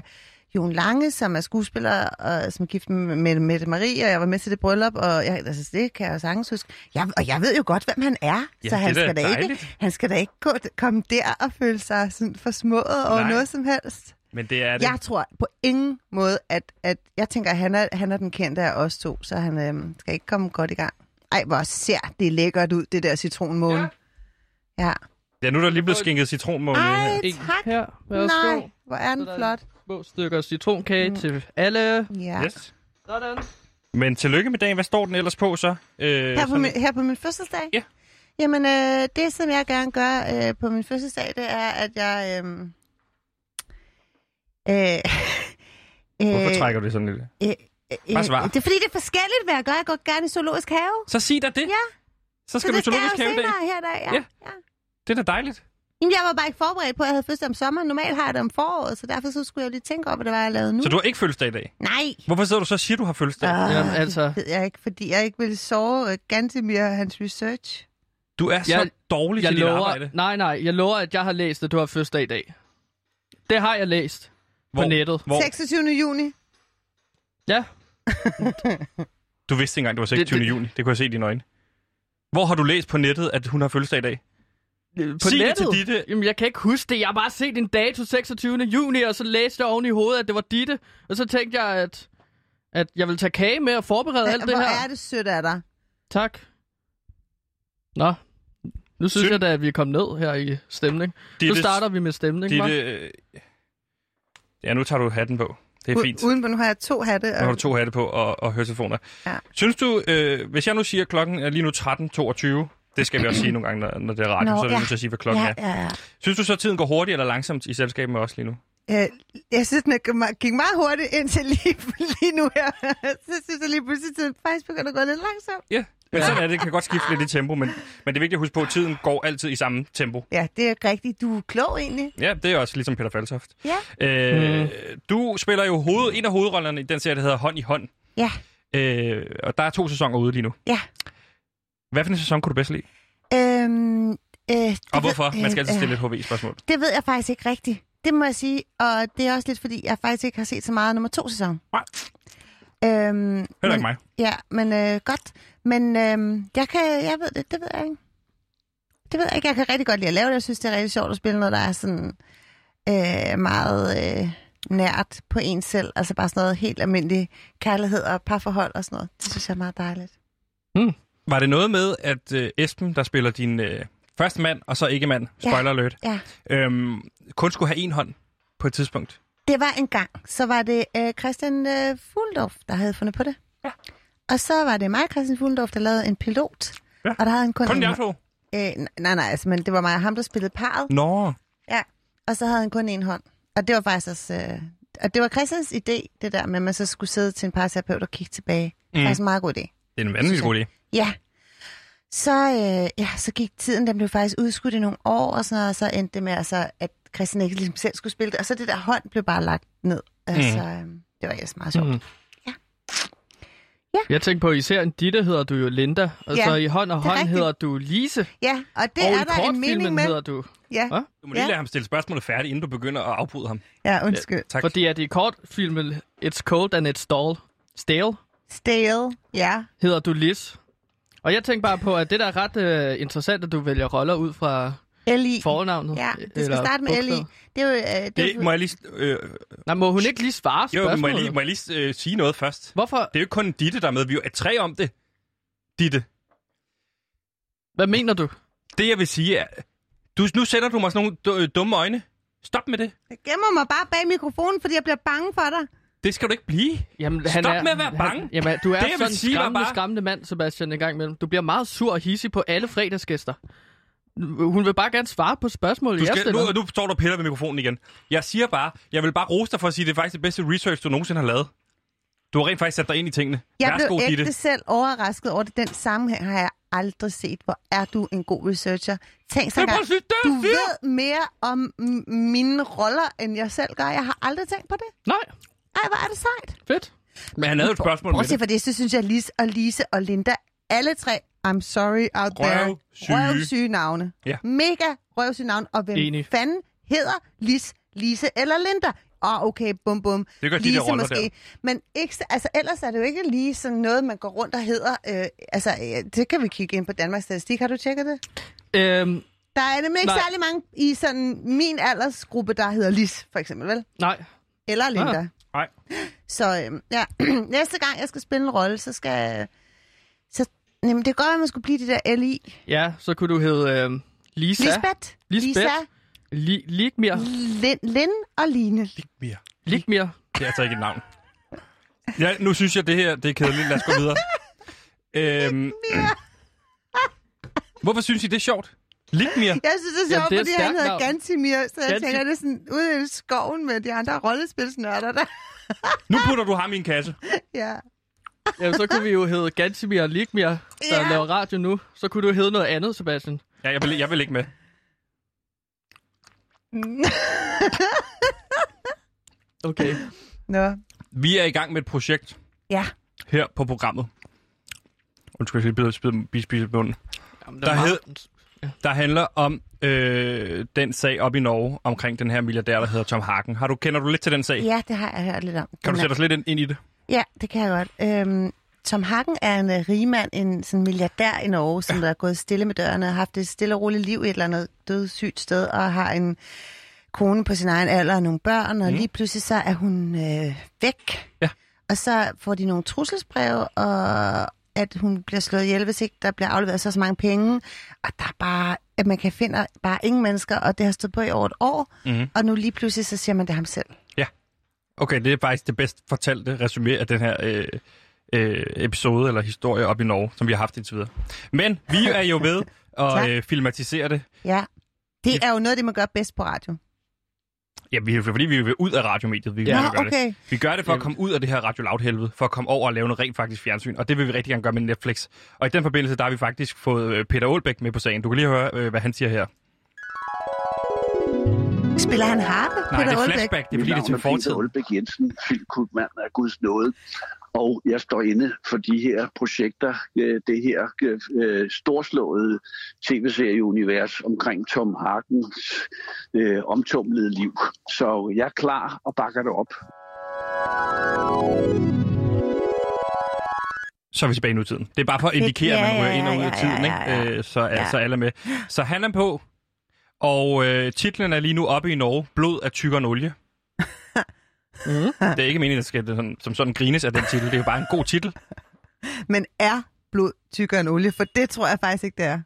D: Jon Lange, som er skuespiller, og som er gift med med Mette Marie, og jeg var med til det bryllup, og jeg, altså, det kan jeg jo sagtens huske. Jeg, og jeg ved jo godt, hvem han er,
B: Ja,
D: så
B: det
D: han
B: er da
D: skal, da ikke,
B: dejligt.
D: han skal da ikke gå, komme der og føle sig sådan forsmået over
B: Nej.
D: noget som helst.
B: Men det er det.
D: Jeg tror på ingen måde, at, at jeg tænker, at han er, han er den kendte af os to, så han øhm, skal ikke komme godt i gang. Ej, hvor ser det lækkert ud, det der citronmåne. Ja. ja.
B: Ja, nu er der lige blevet skænket citronmål.
D: Ej,
C: Ikke
D: tak.
C: her. Værsgo.
D: Nej, hvor er den
C: Sådan.
D: flot.
C: Små stykker citronkage mm. til alle.
D: Ja.
B: Yes.
C: Sådan.
B: Men tillykke med dagen. Hvad står den ellers på så? Øh,
D: Her på,
B: sådan-
D: min, her på min fødselsdag?
B: Ja.
D: Jamen, øh, det som jeg gerne gør øh, på min fødselsdag, det er, at jeg... Øh, øh,
B: Hvorfor trækker du det sådan lidt?
D: Øh, øh,
B: Bare svar.
D: Det er fordi, det er forskelligt, hvad jeg gør. Jeg går gerne i zoologisk have.
B: Så sig dig det.
D: Ja.
B: Så skal du
D: det
B: zoologisk
D: jeg
B: have
D: jo
B: i dag.
D: senere her i dag. Ja.
B: Ja.
D: ja.
B: Det er da dejligt.
D: Jamen, jeg var bare ikke forberedt på, at jeg havde fødselsdag om sommeren. Normalt har jeg det om foråret, så derfor så skulle jeg jo lige tænke over, hvad det var, jeg lavede nu.
B: Så du har ikke fødselsdag i dag?
D: Nej,
B: Hvorfor sidder du så og siger, du har fødselsdag?
D: Ah.
C: Jamen, altså,
D: ved jeg ikke, fordi jeg ikke ville sove øh, Gantemir og hans research.
B: Du er så
C: Jeg-
B: dårlig
C: jeg
B: til dit
C: lover,
B: arbejde.
C: nej, nej, jeg lover, at jeg har læst, at du har fødselsdag i dag. Det har jeg læst
B: Hvor-
C: på nettet.
B: Hvor?
D: 26. juni.
C: Ja,
B: Du vidste ikke engang, det var 26.
C: Det- det-
B: juni. Det kunne jeg se i dine øjne. Hvor har du læst på nettet, at hun har fødselsdag i dag?
C: øh, på
B: Sig det
C: nettet.
B: til Ditte.
C: Jamen, jeg kan ikke huske det. Jeg har bare set en dato 26. juni, og så læste jeg oven i hovedet, at det var Ditte. Og så tænkte jeg, at, at jeg ville tage kage med og forberede alt det
D: Hvor
C: her.
D: er det sødt af dig.
C: Tak. Nå, nu synes
B: Syn-
C: jeg da, at vi er kommet ned her i stemning. Nu
B: Dittes-
C: starter vi med stemning, hva'?
B: Ditte, øh... Ja, nu tager du hatten på. Det er
D: U-
B: fint.
D: Uden på, nu har jeg to hatte.
B: Nu har du to hatte på og, og høretelefoner.
D: Ja.
B: Synes du, øh, hvis jeg nu siger, at klokken er lige nu 13.22, det skal vi også sige nogle gange, når, når det er radio, Nå,
D: Nå,
B: så er vi
D: ja.
B: nødt til at sige, hvad klokken ja.
D: ja,
B: er.
D: ja, ja.
B: Synes du så, at tiden går hurtigt eller langsomt i selskab med os lige nu?
D: Øh, jeg synes, den er gået meget- gik meget hurtigt indtil lige, lige nu her. så synes jeg lige pludselig, at tiden faktisk begynder at gå lidt langsomt.
B: Ja, men sådan er det. Det kan godt skifte lidt i tempo, men, men det er vigtigt at huske på, at tiden går altid i samme tempo.
D: Ja, det er rigtigt. Du er klog egentlig.
B: Ja, det er også ligesom Peter Faltoft.
D: Ja.
B: Øh,
D: Mm.
B: Du spiller jo hoved, en af hovedrollerne i den serie, der hedder Hånd i hånd.
D: Ja,
B: Øh, og der er to sæsoner ude lige nu.
D: ja.
B: Hvad for en sæson kunne du bedst lide?
D: Øhm, øh, det
B: Og
D: ved-
B: hvorfor? Man skal altid
D: øh,
B: stille et HV-spørgsmål.
D: Det ved jeg faktisk ikke rigtigt. Det må jeg sige. Og det er også lidt, fordi jeg faktisk ikke har set så meget af nummer to sæson.
B: Nej.
D: Øhm,
B: Heller
D: men,
B: ikke mig.
D: Ja, men øh, godt. Men øh, jeg, kan, jeg ved det, det ved jeg ikke. Det ved jeg ikke. Jeg kan rigtig godt lide at lave det. Jeg synes, det er rigtig sjovt at spille noget, der er sådan øh, meget øh, nært på en selv. Altså bare sådan noget helt almindelig kærlighed og parforhold og sådan noget. Det synes jeg er meget dejligt.
B: Var det noget med, at øh, Esben, der spiller din øh, første mand, og så ikke mand, spoiler alert,
D: Ja.
B: øhm, kun skulle have en hånd på et tidspunkt?
D: Det var en gang, så var det øh, Christian øh, Fuglendorf, der havde fundet på det. Ja. Og så var det mig, Christian Fuglendorf, der lavede en pilot.
B: Ja.
D: Og der havde han kun,
B: Kun
D: en,
B: jeg to?
D: øh, n- Nej, nej, altså, men det var mig og ham, der spillede parret.
B: Nå.
D: Ja. Og så havde han kun en hånd. Og det var faktisk også... Øh, og det var Christians idé, det der med, at man så skulle sidde til en parterapeut og kigge tilbage. Mm. Det var en meget god idé.
B: Det er en vanvittig god idé.
D: Ja. Så, øh, ja, så gik tiden, den blev faktisk udskudt i nogle år, og, sådan noget, og så endte det med, altså, at Christian ikke ligesom selv skulle spille det. Og så det der hånd blev bare lagt ned. Altså, mm. Det var ellers meget sjovt. Mm.
C: Mm. Jeg tænkte på, i serien Ditte hedder du jo Linda, og
D: Ja,
C: så i hånd og
D: det er
C: hånd
D: rigtigt.
C: hedder du Lise,
D: Ja, og det
C: og
D: er
C: i
D: der en
C: kortfilmen
D: mening med.
C: hedder du...
D: Ja.
C: Hva?
B: Du må lige
D: Ja.
B: lade ham stille spørgsmålet færdigt, inden du begynder at afbryde ham.
D: ja, undskyld.
B: Tak.
C: Fordi at i kortfilmen It's Cold and It's Stall, Stale
D: Stale, ja.
C: hedder du Lis. Og jeg tænkte bare på, at det der er ret øh, interessant, at du vælger roller ud fra
D: L.I.
C: fornavnet.
D: Ja, det skal
C: eller
D: starte med L.I.
C: bogstavet.
D: Det er jo... Øh, det er
B: Det,
D: jo
B: må jeg lige, øh,
C: Nej, må hun ikke lige svare
B: jo, må jeg
C: spørgsmålet?
B: lige, må jeg lige øh, sige noget først?
C: Hvorfor?
B: Det er jo ikke kun Ditte, der er med. Vi er jo tre om det. Ditte.
C: Hvad mener du?
B: Det, jeg vil sige, er... Du, nu sender du mig sådan nogle du- øh, dumme øjne. Stop med det.
D: jeg gemmer mig bare bag mikrofonen, fordi jeg bliver bange for dig.
B: Det skal du ikke blive.
C: Jamen,
B: Stop med at være bange.
C: Han, jamen, du er
B: Det, jeg
C: det,
B: vil
C: sådan en
B: sige, var
C: skræmmende,
B: bare-
C: bare... skræmmende mand, Sebastian, en gang imellem. Du bliver meget sur og hissig på alle fredagsgæster. Hun vil bare gerne svare på spørgsmål,
B: Du
C: jeg
B: skal,
C: stiller.
B: nu, nu står du og piller ved mikrofonen igen. Jeg siger bare, jeg vil bare rose dig for at sige, at det er faktisk det bedste research, du nogensinde har lavet. Du har rent faktisk sat dig ind i tingene.
D: Jeg
B: Værsgo,
D: blev ægte
B: Ditte.
D: selv overrasket over det. Den sammenhæng har jeg aldrig set. Hvor er du en god researcher. Tænk så
B: Men prøv
D: engang,
B: at sige, det er
D: du
B: fire.
D: ved mere om m- mine roller, end jeg selv gør. Jeg har aldrig tænkt på det.
C: Nej,
D: Ej, hvor er det sejt.
C: fedt.
B: Men han havde jo et spørgsmål med det.
D: Bortset for det, så synes jeg, Lis og Lise og Linda, alle tre, I'm sorry out there.
B: Røvsyge.
D: Røvsyge navne.
B: Ja.
D: Mega røvsyge navne. Og hvem
C: Enig.
D: fanden hedder Lis, Lise eller Linda? Åh, oh, okay, bum bum.
B: Det gør de
D: Lise
B: der roller
D: måske.
B: der.
D: Men ikke, så- altså, ellers er det jo ikke lige sådan noget, man går rundt og hedder. Øh, altså, øh, det kan vi kigge ind på Danmarks Statistik. Har du tjekket det?
C: Øhm,
D: Der er nemlig ikke
C: Nej.
D: særlig mange i sådan min aldersgruppe, der hedder Lis, for eksempel, vel?
C: nej,
D: Eller Linda. Ah,
B: nej.
D: Så øhm, ja, næste gang jeg skal spille en rolle, så skal... Så, jamen, det kan godt være, at man skulle blive det der L.I.
C: ja, så kunne du hedde øh, Lisa,
D: Lisbeth,
C: Lisbeth.
D: Lisa,
C: Li- Ligmir,
D: Lin, Lin og Line.
B: Mere.
C: Ligmir.
B: Det er altså ikke et navn. Ja, nu synes jeg, det her det er kedeligt. Lad os gå videre. øhm, hvorfor synes I, det er sjovt? Ligmir.
D: Jeg synes, det er
C: Jamen,
D: sjovt,
C: det er et
D: fordi
C: stærkt
D: han hedder
C: navn.
D: Gantimir, så jeg
C: Ganti-
D: tænker, det er sådan ude i skoven med de andre rollespilsnørder der.
B: Nu putter du ham i en kasse.
D: ja.
C: Jamen, så kunne vi jo hedde Gansimir Ligmir, der
D: Ja.
C: laver radio nu. Så kunne du hedde noget andet, Sebastian.
B: Ja, jeg vil, jeg vil ikke med.
D: Mm.
C: Okay.
D: Nå.
B: Vi er i gang med et projekt
D: Ja.
B: her på programmet. Undskyld, jeg bliver spise, spise bunden.
C: Jamen,
B: Der Der handler om øh, den sag op i Norge omkring den her milliardær, der hedder Tom Hagen. Har du, kender du lidt til den sag?
D: ja, det har jeg hørt lidt om.
B: Kan
D: Den
B: du
D: er-
B: sætte os lidt ind, ind i det?
D: Ja, det kan jeg godt. Øhm, Tom Hagen er en uh, rigmand, en sådan milliardær i Norge, som der er gået stille med dørene og har haft et stille og roligt liv i et eller andet dødssygt sted, og har en kone på sin egen alder og nogle børn, og mm. lige pludselig så er hun øh, væk.
B: Ja.
D: Og så får de nogle trusselsbreve, og at hun bliver slået ihjel, hvis ikke der bliver afleveret så, og så mange penge. Og der er bare, at man kan finde bare ingen mennesker, og det har stået på i over et år.
B: Mhm.
D: Og nu lige pludselig, så siger man det er ham selv.
B: Okay, det er faktisk det bedst fortalte resumé af den her øh, øh, episode eller historie op i Norge, som vi har haft indtil videre. Men vi er jo ved
D: Tak.
B: at øh, filmatisere det.
D: Ja. Det er jo noget af det, man gør bedst på radio.
B: Ja, vi, fordi vi vil ud af radiomediet. Vi,
D: Ja,
B: vi gør
D: okay.
B: det. vi gør det for at
C: Jamen.
B: komme ud af det her Radio Loud helvede, for at komme over og lave noget rent faktisk fjernsyn, og det vil vi rigtig gerne gøre med Netflix. Og i den forbindelse, der har vi faktisk fået øh, Peter Aalbæk med på sagen. Du kan lige høre, øh, hvad han siger her.
D: Spiller han harpe,
B: Nej, det
D: Peter
B: er
D: Aalbæk?
B: flashback, det er fordi, det er til fortid.
F: Peter Olbæk Jensen, filmkubmand af Guds nåde. Og jeg står inde for de her projekter, øh, det her øh, storslåede tv-serieunivers omkring Tom Harkens øh, omtumlede liv. Så jeg er klar og bakker det op.
B: Så er vi tilbage i nutiden. Det er bare for at indikere,
D: Ja,
B: at man
D: ja,
B: rører ind og
D: ja,
B: ud af
D: ja,
B: tiden,
D: ja, ja,
B: ikke?
D: ja.
B: Øh, Så, er,
D: Ja.
B: så alle er med. Så han er på, og øh, titlen er lige nu oppe i Norge, Blod er tykkere end olie.
C: Mhm.
B: Det er ikke meningen, at skal det sådan, som sådan grines af den titel. Det er jo bare en god titel.
D: Men er blod tykkere end olie? For det tror jeg faktisk ikke, det er.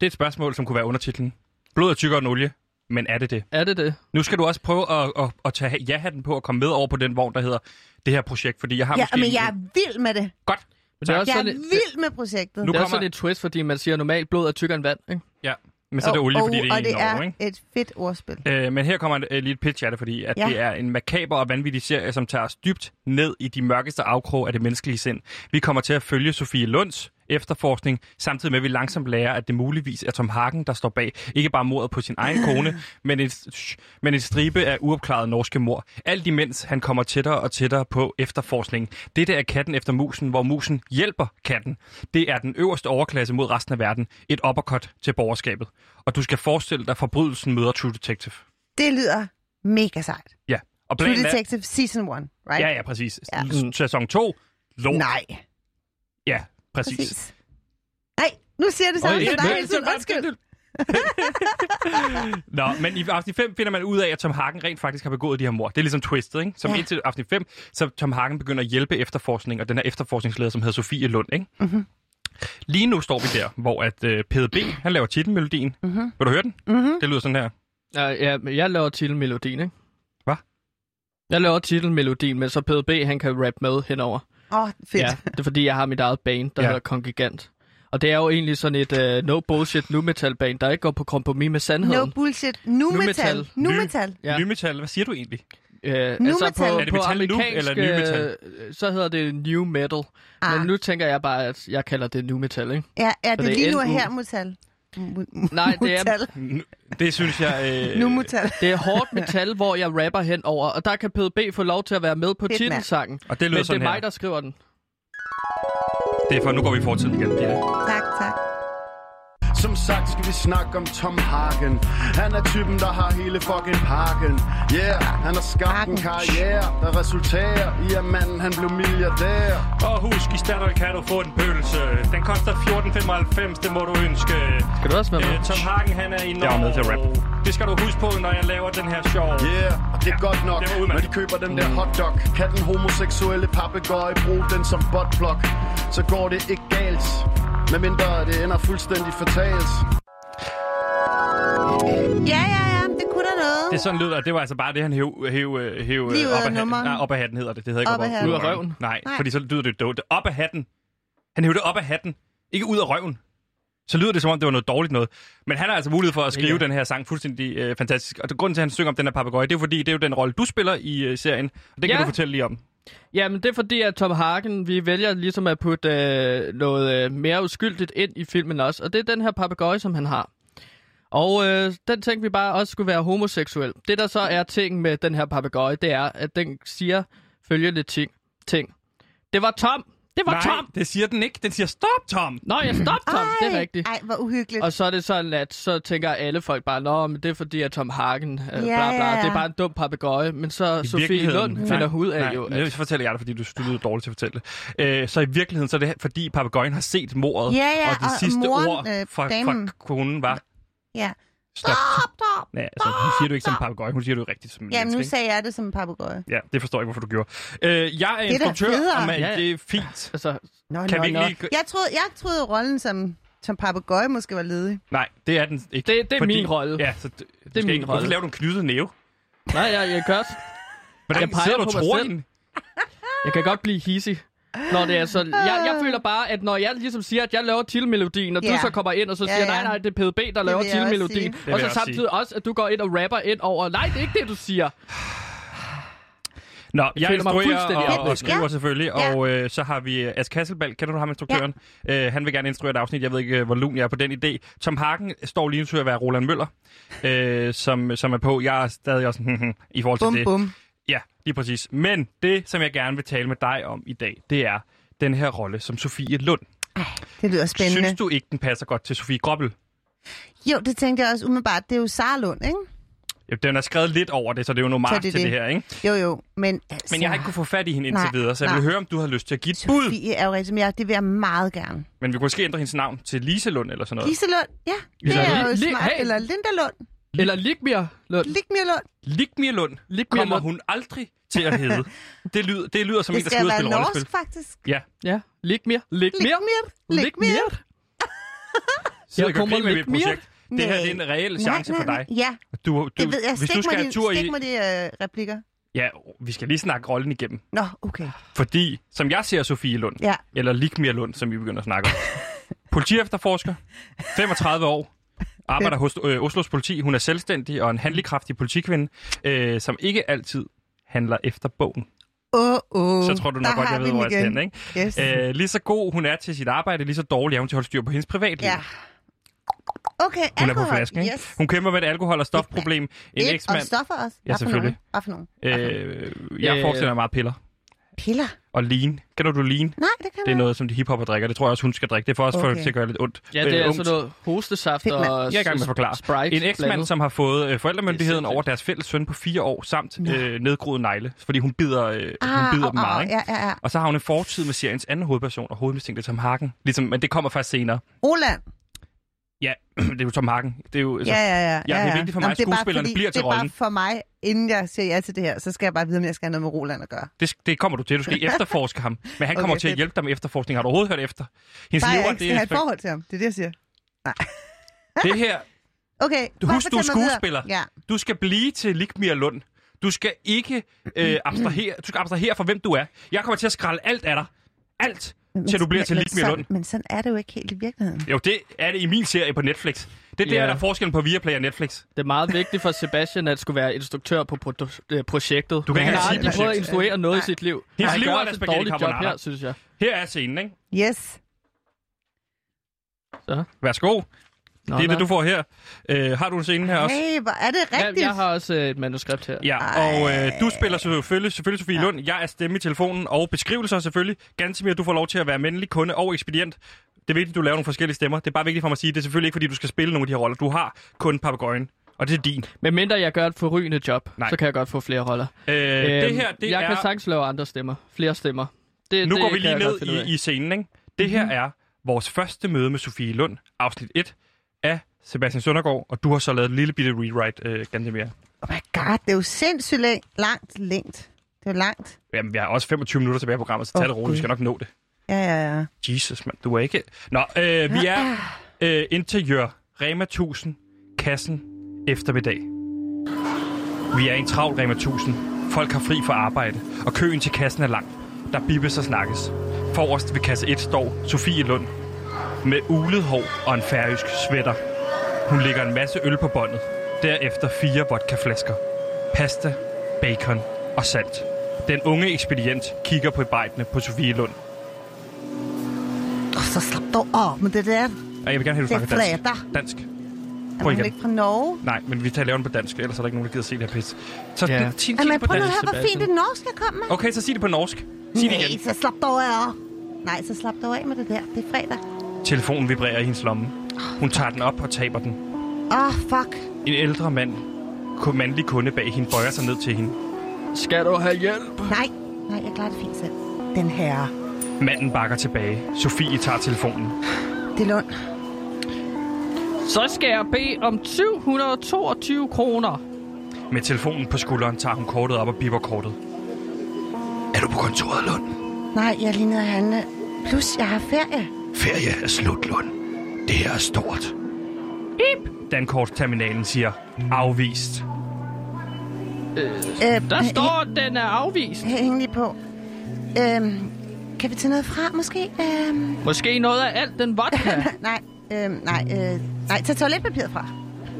B: Det er et spørgsmål, som kunne være undertitlen. Blod er tykkere end olie, men er det det?
C: Er det det?
B: Nu skal du også prøve at, at, at tage ja-hatten på og komme med over på den vogn, der hedder det her projekt, fordi jeg har
D: Ja,
B: måske...
D: men
B: en-
D: jeg er vild med det.
B: Godt.
C: Men det er
B: Tak.
C: også
D: Jeg er
C: sådan, lidt-
D: vild med projektet.
B: Nu
C: det er også
B: kommer-
C: sådan et twist, fordi man siger, at normalt blod er tykkere end vand. Ikke?
B: Ja, men så er det olie,
D: og,
B: fordi det er
D: og
B: i
D: det
B: Norge,
D: er
B: ikke?
D: et fedt ordspil.
B: Øh, men her kommer en, øh, lige et pitch af det, fordi at ja.
D: Ja.
B: det er en makaber og vanvittig serie, som tager os dybt ned i de mørkeste afkrog af det menneskelige sind. Vi kommer til at følge Sofie Lunds, efterforskning, samtidig med, at vi langsomt lærer, at det muligvis er Tom Hagen, der står bag ikke bare mordet på sin egen kone, men en, shh, men en stribe af uopklarede norske mor. Alt imens han kommer tættere og tættere på efterforskningen. Dette er katten efter musen, hvor musen hjælper katten. Det er den øverste overklasse mod resten af verden. Et uppercut til borgerskabet. Og du skal forestille dig, at forbrydelsen møder True Detective.
D: Det lyder mega sejt.
B: Ja. Og
D: True
B: planen er-
D: Detective Season 1, right?
B: Ja, ja, præcis.
D: Ja.
B: Ja. Sæson 2, lort.
D: Nej,
B: Ja, præcis. præcis.
D: præcis. Nej, nu siger det samme
B: Og
D: som
B: et-
D: dig hele tiden. Undskyld.
B: Nå, men i aften 5 finder man ud af, at Tom Hagen rent faktisk har begået de her mord. Det er ligesom twistet, ikke? Som
D: Ja.
B: ja. indtil aften 5, så Tom Hagen begynder at hjælpe efterforskning, og den her efterforskningsleder, som hedder Sofie Lund, ikke? Mm-hmm. Lige nu står vi der, hvor at øh, PDB, han laver titelmelodien. Mm-hmm. Vil du høre den? Mm-hmm. Det lyder sådan her.
C: Ja, ja, men jeg laver titelmelodien, ikke?
B: Hva?
C: Jeg laver titelmelodien, men så PDB, han kan rap med henover.
D: Åh, oh, fedt.
C: Ja, det er fordi, jeg har mit eget band,
B: Ja.
C: der ja. hedder Kongigant. Og det er jo egentlig sådan et uh, no bullshit nu metal band, der ikke går på kompromis med
D: No
C: sandheden.
D: bullshit. Nu
C: Nu
D: metal.
C: metal.
D: Nu
B: Ny-
D: metal.
C: Ja.
B: Ny metal, hvad siger du egentlig?
C: Øh,
D: Nu
C: altså
D: metal.
C: På,
D: Er
B: det
C: på
B: metal nu,
C: amerikansk,
B: eller new metal?
C: øh, så hedder det new metal. Ah.
D: Ah.
C: Men nu tænker jeg bare, at jeg kalder det new metal, ikke?
D: Ja,
C: Så
D: er det
C: det er
D: lige nu og
C: NU.
D: her metal? Mu-
C: Nej, det er-
D: Mutal.
B: Det synes jeg... Øh,
D: Nu metal.
C: Det er hårdt metal, hvor jeg rapper henover, og der kan PDB få lov til at være med på
D: Fedt, mand.
C: titelsangen.
B: Og det lyder
C: Men det er
B: sådan her.
C: mig, der skriver den.
B: det er for, nu går vi i fortiden igen, Ditte.
D: Tak, tak.
G: Som sagt skal vi snakke om Tom Hagen Han er typen, der har hele fucking pakken Yeah, han har skabt en
D: Hagen.
G: karriere Der resulterer i, at manden han blev milliardær
B: Og husk, i Statoil kan du få en pølse. Den koster 14,95, det må du ønske.
C: Skal du også være med?
B: Øh, Tom Hagen, han er i Norge.
E: Jeg var med til at rap.
B: Det skal du huske på, når jeg laver den her show.
G: Yeah, og det er godt nok,
B: det var ud, mand.
G: når de køber den der hotdog Kan den homoseksuelle papegøje bruge den som buttplug Så går det ikke galt Medmindre det ender fuldstændig fatalt
D: Ja, ja, ja, men det kunne da noget.
B: Det er sådan lyder, og det var altså bare det, han hæv, hæv, øh, hæv øh,
D: Lige ud
B: op,
D: af
B: af hatten.
D: nummeren.
B: Nej, op af hatten hedder det. Det hedder ikke
D: Op af
B: op,
D: hatten.
C: Ud af røven.
B: Nej,
D: Nej.
B: Nej, fordi så lyder det dårligt. Op af hatten. Han hævde det op af hatten. Ikke ud af røven. Så lyder det, som om det var noget dårligt noget. Men han har altså mulighed for at skrive ja. den her sang fuldstændig øh, fantastisk. Og det- grunden til, at han synger om den her papegøje, det er jo fordi, det er jo den rolle, du spiller i øh, serien. Og det kan
C: Ja.
B: du fortælle lige om.
C: Jamen, det er fordi, at Tom Hagen, vi vælger ligesom at putte øh, noget øh, mere uskyldigt ind i filmen også. Og det er den her papegøje, som han har. Og øh, den tænkte vi bare også skulle være homoseksuel. Det, der så er ting med den her papegøje, det er, at den siger følgende ting. ting. Det var Tom! Det var
B: Nej,
C: Tom!
B: det siger den ikke. Den siger, stop, Tom!
C: Nå, jeg stop, Tom!
D: Ej,
C: det er rigtigt.
D: Ej, hvor uhyggeligt.
C: Og så er det sådan, at så tænker alle folk bare, Nå, men det er fordi, at Tom Hagen, øh, bla, bla,
D: ja, ja.
C: det er bare en dum papegøje. Men så Sofie Lund finder ud af jo,
B: Nej, nu
C: at
B: fortæller jeg det, fordi du, du lyder dårligt til at fortælle det. Øh, så i virkeligheden, så er det fordi papegøjen har set mordet,
D: Ja, ja,
B: og det
D: og
B: sidste
D: moren,
B: ord
D: øh,
B: fra,
D: damen.
B: fra konen var,
D: Ja.
B: stop.
D: Stop, stop.
B: Ja, altså, hun siger du ikke som papegøje, hun siger du rigtigt som
D: Jamen,
B: menneske,
D: nu
B: ikke?
D: sagde jeg det som en papegøje.
B: Ja, det forstår jeg ikke, hvorfor du gjorde. Øh, jeg er
D: da
B: instruktør,
D: federe.
B: og man,
C: Ja, ja.
B: det er fint.
C: altså,
D: Nå,
B: Kan
D: nå,
B: vi ikke
D: nå.
B: lige-
D: Jeg troede, jeg troede rollen som, som papegøje måske var ledig.
B: Nej, det er den ikke.
C: Det- det er min rolle.
B: Ja, så det, det er
C: min
B: min ikke, rolle. Hvorfor
C: rolle.
B: laver du en knyttet næve?
C: nej, jeg, jeg gør det.
B: Hvordan
C: Jeg peger
B: sidder du
C: på
B: og
C: mig
B: tror
C: selv.
B: hende?
C: Jeg kan godt blive hissig. Når det er
D: Ah.
C: så, jeg, jeg føler bare, at når jeg ligesom siger, at jeg laver tilmelodien, og
D: Ja.
C: du så kommer ind og så
D: Ja,
C: siger, ja,
D: ja.
C: nej, nej, det er PDB, der laver
D: vil jeg også sige.
C: tilmelodien.
D: Det
B: vil
C: Og
B: jeg
C: så
B: også sige.
C: samtidig også, at du går ind og rapper ind over, nej, det er ikke det, du siger.
B: Nå, jeg,
C: føler mig fuldstændig
B: instruerer og, og
C: opløst.
B: skriver
D: Ja.
B: selvfølgelig,
D: Ja.
B: og øh, så har vi øh, As Kasselbald, kender du ham, instruktøren? Ja. Øh, han vil gerne instruere et afsnit, jeg ved ikke, øh, hvor lun jeg er på den idé. Tom Hagen står lige nu til at være Roland Møller, øh, som, som er på. Jeg er stadig også sådan, i forhold til
D: Bum,
B: det.
D: bum.
B: Ja, lige præcis. Men det, som jeg gerne vil tale med dig om i dag, det er den her rolle som Sofie Lund.
D: Det lyder spændende.
B: Synes du ikke, den passer godt til Sofie Grobbel?
D: Jo, det tænkte jeg også umiddelbart. Det er jo Sarlund, ikke?
B: Ja, Den er skrevet lidt over det, så det er jo noget
D: Så er
B: mark
D: det
B: til det.
D: det.
B: her, ikke?
D: Jo, jo. Men, altså,
B: Men jeg har ikke kunne få fat i hende indtil
D: Nej,
B: videre, så jeg
D: nej.
B: vil høre, om du har lyst til at give et bud.
D: Sofie er jo rigtig, men jeg, det vil jeg meget gerne.
B: Men vi kunne måske ændre hendes navn til Lise Lund eller sådan noget.
D: Liselund, ja. Det
B: Liselund.
D: er jo
C: Li-
D: smart.
C: hey.
D: Eller Linda Lund.
C: Eller Ligmir, Lund.
D: Ligmir Lund.
B: Ligmir Lund
C: Ligmir
B: kommer
C: Lund.
B: hun aldrig til at hedde. Det lyder, det lyder som
D: Det
B: en, der skal ud
D: skal
B: og
D: være
B: spille rollespil.
D: norsk, faktisk.
B: Ja,
C: Ja, Ligmir, Ligmir,
D: Ligmir.
C: Ligmir.
B: så jeg kan
C: kommer
B: grine med mit
C: Ligmir.
B: projekt. Det her
D: Nej.
B: det er en reel
D: Nej,
B: chance
D: nej,
B: for dig.
D: nej. Ja,
B: Du, du,
D: det ved jeg.
B: hvis
D: Stik
B: du skal
D: mig
B: have tur
D: de, stik
B: i...
D: mig de øh, replikker.
B: Ja, vi skal lige snakke rollen igennem.
D: Nå, okay.
B: Fordi, som jeg ser Sofie Lund,
D: Ja.
B: eller Ligmir Lund, som vi begynder at snakke om. Politiefterforsker, 35 år, arbejder hos øh, Oslos politi. Hun er selvstændig og en handlekraftig politikvinde, øh, som ikke altid handler efter bogen.
D: Åh, åh.
B: Så tror du
D: Uh, Der
B: nok godt,
D: har
B: jeg
D: vi
B: ved,
D: den
B: hvor jeg skal hen,
D: igen.
B: ikke?
D: Yes.
B: Øh, lige så god hun er til sit arbejde, lige så dårlig er hun til at holde styr på hendes privatliv.
D: Ja. Okay,
B: Hun er
D: alkohol.
B: på flasken, ikke?
D: Yes.
B: Hun kæmper med et alkohol- og stofproblem. En
D: Ikke, og
B: eksmand.
D: stoffer også. Hvad for
B: selvfølgelig.
D: nogen? Hvad for nogen?
B: Øh, jeg forestiller mig meget piller.
D: Piller?
B: Og lean. Kender du lean?
D: Nej, det kan
B: Det er
D: man
B: noget, som de hiphopper drikker. Det tror jeg også, hun skal drikke. Det får også okay.
D: Okay.
B: folk til at gøre lidt ondt.
C: Ja, det
B: Øh,
C: er
B: ungt.
C: altså noget hostesaft
D: Fedt, mand.
C: og
B: Jeg er i gang med at forklare.
C: Sprite
B: en eksmand,
C: blandet.
B: som har fået øh, forældremyndigheden
C: Det er
B: over deres fælles søn på fire år, samt øh, nedgroet negle, fordi hun bider, øh, hun bider dem
D: åh,
B: meget.
D: åh,
B: Ikke?
D: Ah, Ja, ja, ja.
B: Og så har hun en fortid med seriens anden hovedperson og hovedmistænkte Tom Hagen. Ligesom, men det kommer faktisk senere.
D: Roland.
B: Ja, det er jo Tom Hagen. Det er jo, altså,
D: Ja, ja, ja.
B: Ja,
D: ja,
B: det er
D: ja.
B: vigtigt for mig,
D: Jamen,
B: at
D: det er bare
B: skuespillerne
D: fordi-
B: bliver til
D: Det er
B: rollen.
D: bare for mig, inden jeg siger ja til det her, så skal jeg bare vide, om jeg skal have noget med Roland at gøre.
B: det, det kommer du til. Du skal efterforske ham. Men han
D: Okay,
B: kommer til at
D: fedt.
B: hjælpe dig med efterforskning. Har du overhovedet hørt efter? Hendes
D: Bare jeg
B: lever,
D: ikke skal have et
B: det,
D: forhold til ham. Det er det, jeg siger.
B: er, det her
D: Okay,
B: Du
D: bare
B: husk, du er
D: fortæl mig videre.
B: skuespiller.
D: Ja.
B: Du skal blive til Ligmir Lund. Du skal ikke øh, abstrahere, du skal abstrahere fra, hvem du er. Jeg kommer til at skralde alt af dig. Alt, til du bliver til Ligmir Lund.
D: sådan, men sådan er det jo ikke helt i virkeligheden.
B: Jo, det er det i min serie på Netflix. Det er der,
C: Ja.
B: der er forskellen på Viaplay og Netflix.
C: Det er meget vigtigt for Sebastian at skulle være instruktør på produ- øh, projektet.
B: Du kan
C: Men
B: ikke
C: han har
B: sige
C: aldrig prøvet at
B: projekt.
C: instruere noget i sit liv.
B: Hendes
C: Han
B: liv
C: gør
B: er
C: også
B: da
C: et
B: spaghetti
C: dårligt job
B: carbonara.
C: her, synes jeg.
B: Her er scenen, ikke?
D: Yes.
B: Værsgo.
C: Nå,
B: det er
C: nå.
B: det, du får her. Øh, har du en scene her også?
D: Hey, hvor er det
C: Ja,
D: rigtigt?
C: jeg har også øh, et manuskript her.
B: Ja, og øh, du spiller selvfølgelig, selvfølgelig Sofie ja. Lund. Jeg er stemme i telefonen og beskrivelser selvfølgelig. Gansimir, du får lov til at være mandlig kunde og ekspedient. Det er vigtigt, du laver nogle forskellige stemmer. Det er bare vigtigt for mig at sige, det er selvfølgelig ikke, fordi du skal spille nogle af de her roller. Du har kun papegøjen, og det er din.
C: Men mindre jeg gør et forrygende job,
B: Nej.
C: så kan jeg godt få flere roller.
B: Øh, det her, det
C: Øhm, jeg
B: er...
C: kan sagtens lave andre stemmer. Flere stemmer. Det,
B: nu
C: det
B: går vi lige
C: kan jeg godt finde ud
B: ned
C: af. Mhm.
B: i, i scenen, ikke? Det her er vores første møde med Sofie Lund, afsnit 1 af Sebastian Søndergaard, og du har så lavet et lille bitte rewrite, øh, Gansimir.
D: Oh my god, det er jo sindssygt læng- langt længt. Det er jo langt.
B: Jamen, vi har også 25 minutter tilbage i programmet, så tag
D: Åh,
B: det roligt, vi
D: Gud.
B: skal nok nå det.
D: Ja, ja, ja.
B: Jesus, mand, du er ikke... Nå, øh, vi er øh, interiør. Rema 1000, kassen, eftermiddag. Vi er i en travl Rema 1000. Folk har fri fra arbejde, og køen til kassen er lang. Der bippes og snakkes. Forrest ved kasse 1 står Sofie Lund. Med ulet hår og en færøsk sweater. Hun lægger en masse øl på båndet. Derefter fire vodkaflasker. Pasta, bacon og salt. Den unge ekspedient kigger på bejtene på Sofie Lund.
D: Oh, så slap dog af med det der.
B: Ej, jeg vil gerne have, at du
D: Det
B: snakker
D: flatter.
B: dansk. Dansk.
D: Er
B: Prøv
D: man
B: igen.
D: ikke fra Norge?
B: Nej, men vi tager laven på dansk, ellers er der ikke nogen, der gider se det her pis. Så
C: Ja.
B: ja. sig
D: Jamen,
B: det på
D: prøv nu at
B: dansk.
D: høre, hvor fint
C: Sebastian.
D: det norsk skal komme med.
B: Okay, så sig det på norsk. Sig det
D: Nej,
B: igen.
D: så slap dog af. Nej, så slap dog af med det der. Det er fredag.
B: Telefonen vibrerer i hendes lomme. Hun tager den op og taber den.
D: Åh, oh, fuck.
B: En ældre mand, kun- mandlig kunde bag hende, bøjer sig ned til hende.
C: Skal du have hjælp?
D: Nej, nej, jeg klarer det fint selv. Den her.
B: Manden bakker tilbage. Sofie tager telefonen.
D: Det er Lund.
C: Så skal jeg bede om 722 kroner.
B: Med telefonen på skulderen tager hun kortet op og biber kortet. Er du på kontoret, Lund?
D: Nej, jeg ligner at handle. Plus, jeg har ferie.
A: Ferie er slut, Lund. Det her er stort.
B: Dankortterminalen siger, afvist.
D: Øh,
C: Der
D: hæ-
C: står, at den er afvist.
D: hæ- Hæng lige på. Øhm, kan vi tage noget fra, måske? Øhm,
C: Måske noget af alt den vodka.
D: nej, øhm, nej, øh, nej, tag toiletpapiret fra.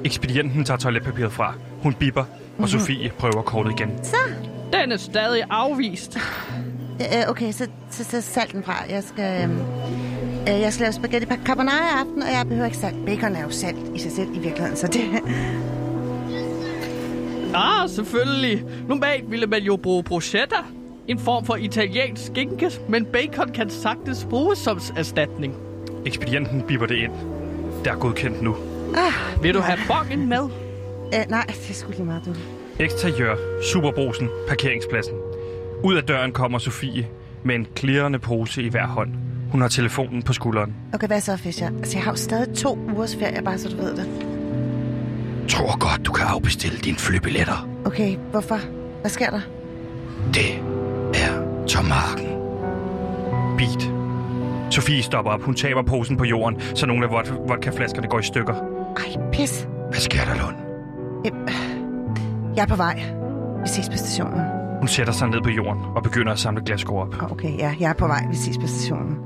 B: Ekspedienten tager toiletpapiret fra. Hun biber, og Sofie prøver kortet igen.
D: Så.
C: Den er stadig afvist.
D: Øh, okay, så, så, så salt den fra. Jeg skal, øhm, øh, jeg skal lave spaghetti pa- carbonara i aften, og jeg behøver ikke salt. Bacon er jo salt i sig selv i virkeligheden, så det... øh,
C: Ah, selvfølgelig. Normalt ville man jo bruge bruschetta. En form for italiensk skinke, men bacon kan sagtens bruges som erstatning.
B: Ekspedienten biber det ind. Der er godkendt nu.
C: Vil du have bongen med?
D: Øh, nej, det er sgu lige meget, du.
B: Eksteriør, superbrusen, parkeringspladsen. Ud af døren kommer Sofie med en klirrende pose i hver hånd. Hun har telefonen på skulderen.
D: Okay, hvad så, Fischer? Altså, jeg har jo stadig to ugers ferie, bare så du ved det.
A: Tror godt, du kan afbestille dine flybilletter.
D: Okay, hvorfor? Hvad sker der?
A: Det er Tom Hagen.
B: Beat. Sofie stopper op. Hun taber posen på jorden, så nogle af vod- vodkaflaskerne går i stykker.
D: Ej, pis.
A: Hvad sker der, Lund?
D: Jeg er på vej. Vi ses på stationen.
B: Hun sætter sig ned på jorden og begynder at samle glasgård op.
D: Åh, Okay, ja, jeg er på vej. Vi ses på stationen.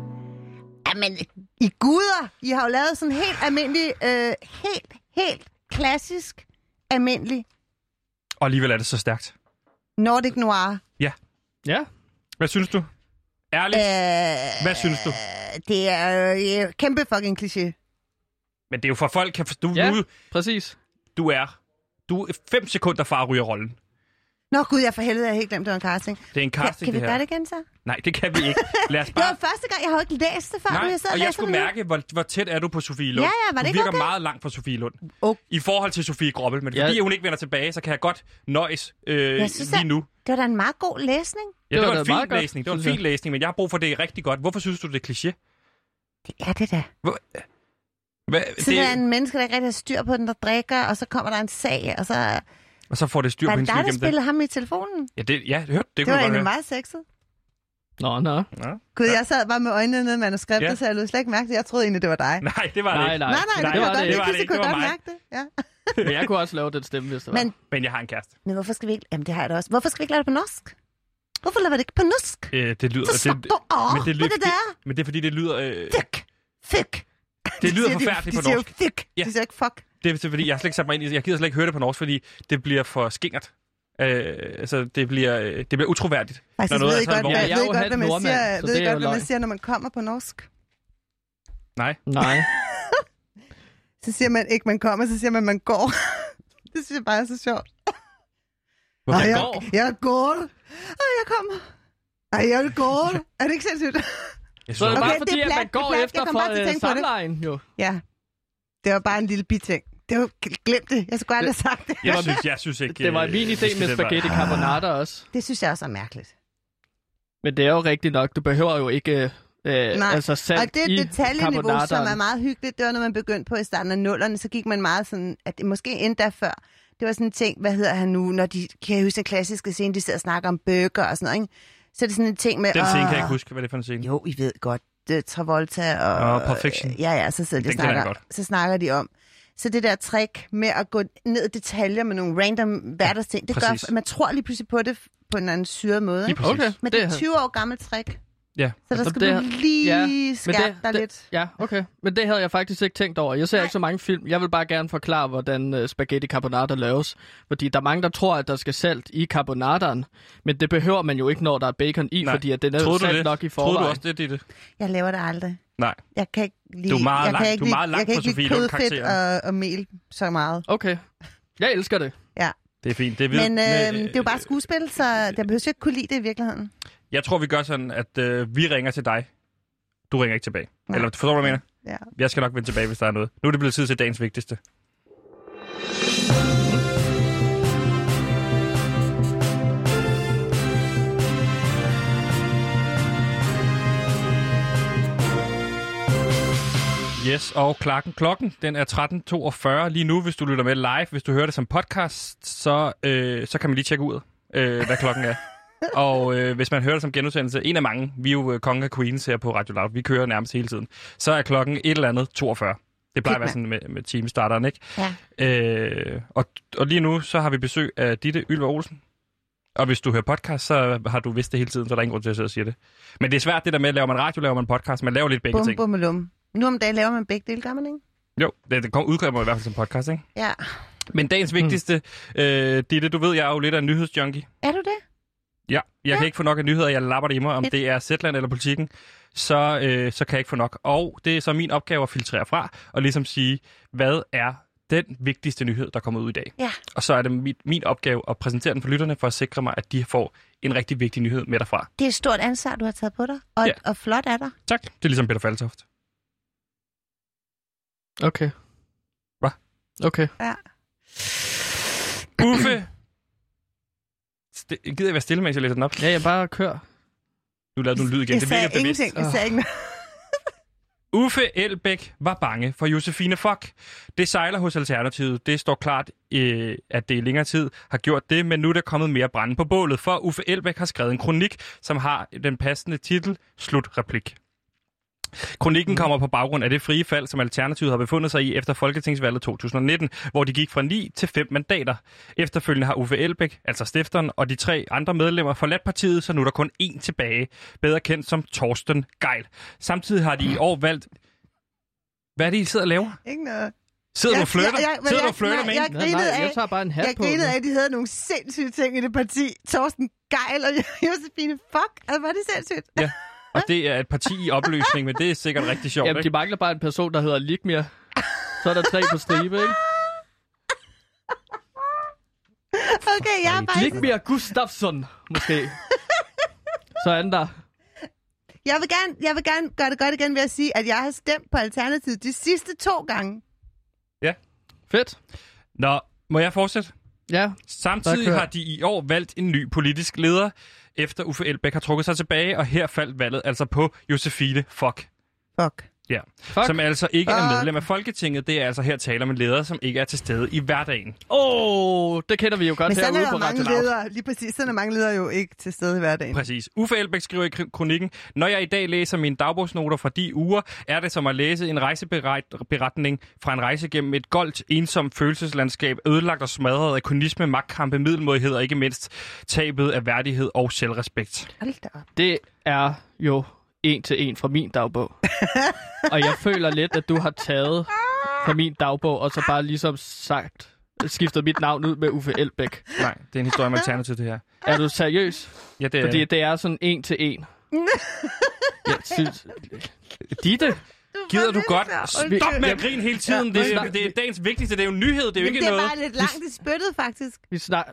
D: Jamen, I guder! I har jo lavet sådan en helt almindelig, øh, helt, helt klassisk, almindelig
B: Og alligevel er det så stærkt.
D: Nordic Noir.
B: Ja,
C: Ja,
B: Hvad synes du? Ærligt? Øh... Hvad synes du?
D: Det er øh, kæmpe fucking kliché.
B: Men det er jo for folk kan forstå. Du,
C: Ja.
B: ja. du,
C: Præcis.
B: du er du er fem sekunder fra at ryge rollen.
D: Nå gud, jeg for helvede, jeg har helt glemt, det var en casting.
B: Det er en
D: Kan,
B: casting,
D: kan vi
B: det her.
D: gøre det igen så?
B: Nej, det kan vi ikke. Lad os
D: Det
B: bare...
D: var første gang, jeg har jo ikke læst det før. men
B: Nej,
D: jeg sad
B: og jeg
D: læste
B: skulle
D: det nu.
B: mærke, hvor, hvor tæt er du på Sofie Lund.
D: Ja, ja, var det
B: du
D: ikke
B: virker
D: okay?
B: meget langt fra Sofie Lund.
D: Oh.
B: I forhold til Sofie Groppel, men
C: Ja.
B: fordi hun ikke vender tilbage, så kan jeg godt nøjes øh,
D: Jeg synes,
B: lige
D: at-
B: nu.
D: Det var da en meget god læsning.
B: Ja, det,
C: Det var
B: det var
C: da
B: en fin
C: meget godt,
B: læsning, det var en
C: synes jeg.
B: fin læsning, men jeg har brug for det rigtig godt. Hvorfor synes du, det er kliché?
D: Det er det da.
B: Hva,
D: Så det... der er
B: det,
D: en menneske, der ikke rigtig har styr på den, der drikker, og så kommer der en sag, og så var
B: og så får det styr på
D: det
B: hendes
D: dig, der
B: weekend.
D: spillede ham i telefonen.
B: Ja, det, ja, hørte, det,
D: Det var
B: kunne
D: egentlig
B: jeg godt
D: meget sexet.
C: Nå, nå.
B: høre.
D: Gud, jeg sad bare med øjnene nede i manuskriptet,
B: Ja.
D: så jeg lød slet ikke mærke det. Jeg troede egentlig, det var dig.
B: Ja. Nej, det var det
C: Nej,
B: ikke.
C: nej.
D: Nej, nej, det,
B: det
D: kunne
B: var
D: jeg
B: det
D: godt.
B: ikke.
D: ikke,
B: Det
D: hvis jeg kunne
B: var
D: godt
B: mig.
D: mærke det. Ja.
C: Men jeg kunne også lave den stemme, hvis det var.
D: Men,
B: Men jeg har en kæreste.
D: men hvorfor skal vi ikke... Jamen, det har jeg da også. Hvorfor skal vi ikke lave det på norsk? Hvorfor laver vi det ikke på norsk?
B: Øh, det lyder...
D: Så slap
B: det,
D: du over
B: men det
D: det,
B: lyder-
D: det der.
B: men det er fordi, det lyder... Øh,
D: Fyk! Fyk!
B: det lyder
D: siger de-
B: forfærdeligt
D: de,
B: på
D: siger
B: norsk.
D: Jo, fyk.
B: Ja.
D: De siger ikke fuck.
B: Det er fordi, jeg har slet ikke sat mig ind i Jeg gider slet ikke høre det på norsk, fordi det bliver for skingert. Øh, altså, det bliver, øh, det bliver utroværdigt.
D: Faktisk
B: noget
D: Altså, ved
B: er
D: I
B: så
D: godt,
B: alvorligt.
C: Ja,
D: hvad,
C: jeg er
D: ved I
C: jo
D: godt,
C: halvt
D: hvad man
C: nordmand,
D: siger,
C: så
D: ved I
C: det er
D: godt,
C: jo
D: hvad man
C: løgn.
D: siger, når man kommer på norsk?
B: Nej.
C: Nej.
D: Så siger man ikke, man kommer, så siger man, man går. det synes jeg bare er så sjovt.
B: Hvorfor
D: Ej,
B: jeg
D: jeg,
B: går?
D: jeg går. Ej, jeg kommer. Ej, jeg går. Er det ikke sindssygt?
B: Jeg
C: Så er
B: synes,
C: det
D: Okay,
B: okay.
C: bare fordi,
D: det
C: at
D: er
C: man
D: plat, det er
C: går
D: plat. Jeg
C: efter
D: kom
C: for
D: bare til
C: øh,
D: at tænke på det.
C: samlejen, jo.
D: Ja. Det var bare en lille biting. Det var glemt det. Jeg skulle aldrig have sagt det.
B: Jeg synes, jeg synes ikke...
C: Det var
B: øh,
C: min
B: jeg
C: idé
B: synes,
C: med
B: det var- Ah.
C: spaghetti carbonara også.
D: Det synes jeg også er mærkeligt.
C: Men det er jo rigtigt nok. Du behøver jo ikke øh, øh,
D: Nej.
C: altså salt
D: og det
C: i
D: detaljeniveau,
C: carbonaraen.
D: som er meget hyggeligt, det var, når man begyndte på i starten af nullerne, så gik man meget sådan, at måske endda før, det var sådan en ting, hvad hedder han nu, når de, kan jeg huske den klassiske scene, de sidder og snakker om bøger og sådan noget, ikke? Så er det sådan en ting med...
B: Den scene kan jeg
D: "Åh,
C: Ah.
B: ikke huske, hvad det er for en scene.
D: Jo, I ved godt, det er Travolta og...
B: Og Perfection.
D: Ja, ja, så sidder de og
B: Den kender jeg
D: snakker,
B: godt.
D: så snakker de om. Så det der trick med at gå ned i detaljer med nogle random hverdagsting, det
B: præcis.
D: gør, at man tror lige pludselig på det på en eller anden syret måde.
B: Lige
D: Ikke?
B: præcis.
C: Okay,
D: Men det er et 20 år gammelt trick.
B: Ja.
D: Så der
C: Altså,
D: skal
C: det-
D: du lige ja, skærpe dig
C: det,
D: lidt.
C: Ja, okay. Men det havde jeg faktisk ikke tænkt over. Jeg ser ikke så mange film. Jeg vil bare gerne forklare, hvordan øh, spaghetti carbonara laves. Fordi der er mange, der tror, at der skal salt i carbonaraen. Men det behøver man jo ikke, når der er bacon i,
B: Nej.
C: fordi at den er jo
B: Troede du
C: salt
B: det?
C: nok i
B: Troede du
C: forvejen.
B: også det, Ditte?
D: Jeg laver det aldrig.
B: Nej.
D: Jeg kan ikke lide,
B: Du er meget
D: jeg
B: langt-
D: kan ikke
B: du er
D: lide-
B: meget langt
D: jeg kan
B: fra
D: ikke lide
B: Sofie Lund
D: kødfedt og, og mel så meget.
C: Okay. Jeg elsker det.
B: Det er fint. Det er
D: Men øh, det er jo bare skuespil, så jeg behøver ikke kunne lide det i virkeligheden.
B: Jeg tror, vi gør sådan, at øh, vi ringer til dig. Du ringer ikke tilbage.
D: Nej.
B: Eller forstår du, hvad jeg mener?
D: Ja.
B: Jeg skal nok vende tilbage, hvis der er noget. Nu er det blevet tid til dagens vigtigste. Yes, og klokken, klokken, den er 13.42 lige nu, hvis du lytter med live. Hvis du hører det som podcast, så, øh, så kan man lige tjekke ud, øh, hvad klokken er. og øh, hvis man hører det som genudsendelse, en af mange, vi er jo øh, konge og queens her på Radio Loud, vi kører nærmest hele tiden, så er klokken et eller andet 42. Det plejer at være sådan med, med teamstarteren, ikke?
D: Ja.
B: Øh, og, og lige nu, så har vi besøg af Ditte Ylva Olsen. Og hvis du hører podcast, så har du vidst det hele tiden, så er der ingen grund til at sidde og sige det. Men det er svært det der med, laver man radio, laver man podcast, man laver lidt begge
D: Bum,
B: ting.
D: bum og lum. Nu om dagen laver man begge dele, gør man ikke?
B: Jo, det, det kom, udkommer i hvert fald som podcast, ikke? Hmm.
D: Ja.
B: Men dagens vigtigste, øh, Ditte, du ved, jeg er jo lidt af en nyhedsjunkie.
D: Er du det?
B: Ja, jeg ja. kan ikke få nok af nyheder, jeg lapper det i mig, om
D: Fedt.
B: det er Zetland eller politikken, så, øh, så kan jeg ikke få nok. Og det er så min opgave at filtrere fra, og ligesom sige, hvad er den vigtigste nyhed, der kommer ud i dag?
D: Ja.
B: Og så er det mit, min opgave at præsentere den for lytterne, for at sikre mig, at de får en rigtig vigtig nyhed med derfra.
D: Det er et stort ansvar, du har taget på dig.
B: Ja.
D: Og, ja. og flot er dig.
B: Tak. Det er ligesom Peter Faltoft.
C: Okay.
B: Hva?
C: Okay.
B: Uffe! St- gider jeg være stille, mens jeg læser den op?
C: Ja, jeg bare kører.
B: Nu lavede du en lyd igen.
D: Jeg
B: Det
D: sagde
B: virker bevidst.
D: ingenting. Jeg sagde ikke noget.
B: Uffe Elbæk var bange for Josefine Fock. Det sejler hos Alternativet. Det står klart, øh, at det i længere tid har gjort det, men nu er der kommet mere brænde på bålet, for Uffe Elbæk har skrevet en kronik, som har den passende titel Slutreplik. Kronikken kommer på baggrund af det frie fald, som Alternativet har befundet sig i efter Folketingsvalget 2019, hvor de gik fra 9 til 5 mandater. Efterfølgende har Uffe Elbæk, altså stifteren, og de tre andre medlemmer forladt partiet, så nu er der kun én tilbage, bedre kendt som Torsten Geil. Samtidig har de i år valgt... Hvad er det, I sidder og laver?
D: Ikke noget.
B: Sidder du og
D: Jeg-
B: flirter?
D: jeg- jeg- men
B: Sidder du
D: jeg-
B: og flirter
D: nej,
B: med
D: jeg-
B: en?
C: Nej, nej,
D: grinede
C: jeg
D: af-
C: tager bare en hat
D: Jeg
C: på.
D: grinede af, at de havde nogle sindssyge ting i det parti. Thorsten Geil og Josefine Fuck. Altså, var det sindssygt?
B: Og det er et parti i opløsning, men det er sikkert rigtig sjovt,
C: Jamen, de
B: ikke?
C: mangler bare en person, der hedder Ligmir. Så er der tre på stribe, ikke?
D: Okay, jeg er bare ikke...
C: Ligmir Gustafsson, måske. Så er den der.
D: Jeg vil, gerne, jeg vil gerne gøre det godt igen ved at sige, at jeg har stemt på Alternativet de sidste to gange.
C: Fedt.
B: Nå, må jeg fortsætte?
C: Ja, Der
B: Samtidig
C: kører-
B: har de i år valgt en ny politisk leder, efter Uffe Elbæk har trukket sig tilbage, og her faldt valget altså på Josefine Fock.
D: Fuck.
B: Ja.
C: fuck.
B: Som
C: Åh,
B: altså ikke er
D: Fuck.
B: medlem af Folketinget. Det er altså her tale om en leder, som ikke er til stede i hverdagen.
C: oh, det kender vi jo godt
D: Men sådan er
C: herude
D: der
C: på
D: mange
C: Radio Loud.
D: ledere. Lige præcis, sådan er mange ledere jo ikke til stede i hverdagen.
B: Præcis. Uffe Elbæk skriver i kri- kronikken, Når jeg i dag læser mine dagbogsnoter fra de uger, er det som at læse en rejseberetning fra en rejse gennem et goldt, ensomt følelseslandskab, ødelagt og smadret af kynisme, magtkampe, middelmodighed og ikke mindst tabet af værdighed og selvrespekt.
D: Hold da op.
C: Det er jo en til en fra min dagbog. og jeg føler lidt, at du har taget fra min dagbog, og så bare ligesom sagt, skiftet mit navn ud med Uffe Elbæk.
B: Nej, det er en historie om alternativ, det her.
C: Er du seriøs?
B: Ja, det er
C: Fordi det er sådan en til en. Jeg synes... Ditte,
B: Gider du godt
D: Undskyld.
B: stop med at grine hele tiden?
C: Ja,
B: Det, er,
C: undskyld.
B: det er dagens vigtigste. Det er jo en nyhed. Det er jo
D: Jamen,
B: ikke
D: det er
B: noget.
D: bare lidt langt i spyttet, faktisk.
C: vi snak...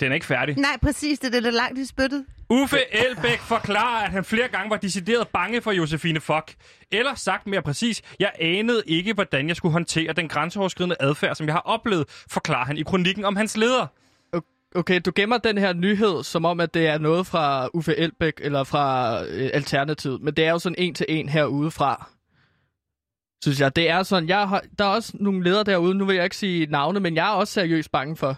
B: Den er ikke færdig.
D: Nej, præcis, det er lidt langt i spyttet.
B: Uffe Elbæk forklarer, at han flere gange var decideret bange for Josefine Fock. Eller sagt mere præcis, jeg anede ikke, hvordan jeg skulle håndtere den grænseoverskridende adfærd, som jeg har oplevet, forklarer han i kronikken om hans leder.
C: Okay, du gemmer den her nyhed, som om, at det er noget fra Uffe Elbæk eller fra øh, Alternativet. Men det er jo sådan en til en herude fra. Synes jeg. Det er sådan, jeg har, der er også nogle ledere derude, nu vil jeg ikke sige navne, men jeg er også seriøst bange for.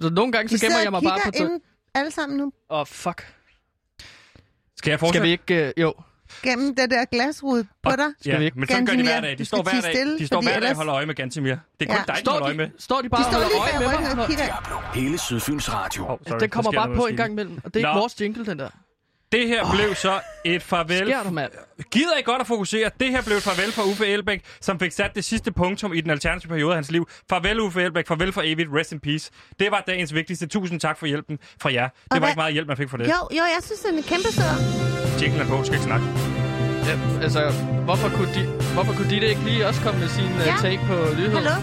C: Så nogle gange,
D: De
C: så gemmer
D: sidder
C: jeg
D: og
C: mig bare
D: kigger
C: på... dø-
D: ind alle sammen nu
C: Åh, oh, fuck.
B: Skal jeg
C: Skal
B: fortsætte?
C: vi ikke... Øh, jo.
D: gennem den der glasrude på dig.
B: Ja,
C: vi
B: men
C: ikke?
B: sådan gør de
D: Gantemir,
B: hver dag.
D: du
B: De
D: skal
B: står hver
D: tie
B: dag,
D: stille,
B: de står
D: fordi
B: hver dag og
D: ellers-
B: holder øje med Gantemir. Det er
D: Ja.
B: kun dig, der holder
C: Står
B: øje med.
C: de, står de bare
D: De
C: og
D: står
C: holder
D: lige
C: øje
D: bag
C: med
D: ryggen og
C: mig?
D: kigger.
A: Hele Sydfyns Radio.
B: Oh, sorry,
C: Den kommer
B: der sker
C: bare
B: noget
C: på
B: med
C: en
B: maskinen.
C: gang imellem. Og det er
B: Nå.
C: ikke vores jingle, den der.
B: Det her blev så et farvel.
C: Sker der, mand?
B: Gider I godt at fokusere? Det her blev et farvel for Uffe Elbæk, som fik sat det sidste punktum i den alternative periode af hans liv. Farvel Uffe Elbæk, farvel for evigt, rest in peace. Det var dagens vigtigste. Tusind tak for hjælpen fra jer. Det var
D: hvad-
B: ikke meget hjælp, man fik for det.
D: Jo, jo, jeg synes, den er kæmpe sød.
B: Jinglen er på, skal ikke snakke.
C: Ja, altså, hvorfor kunne, de, hvorfor kunne Ditte ikke lige også komme med sin ja.
D: Ja.
C: uh, tag på nyheden?
D: Hallo?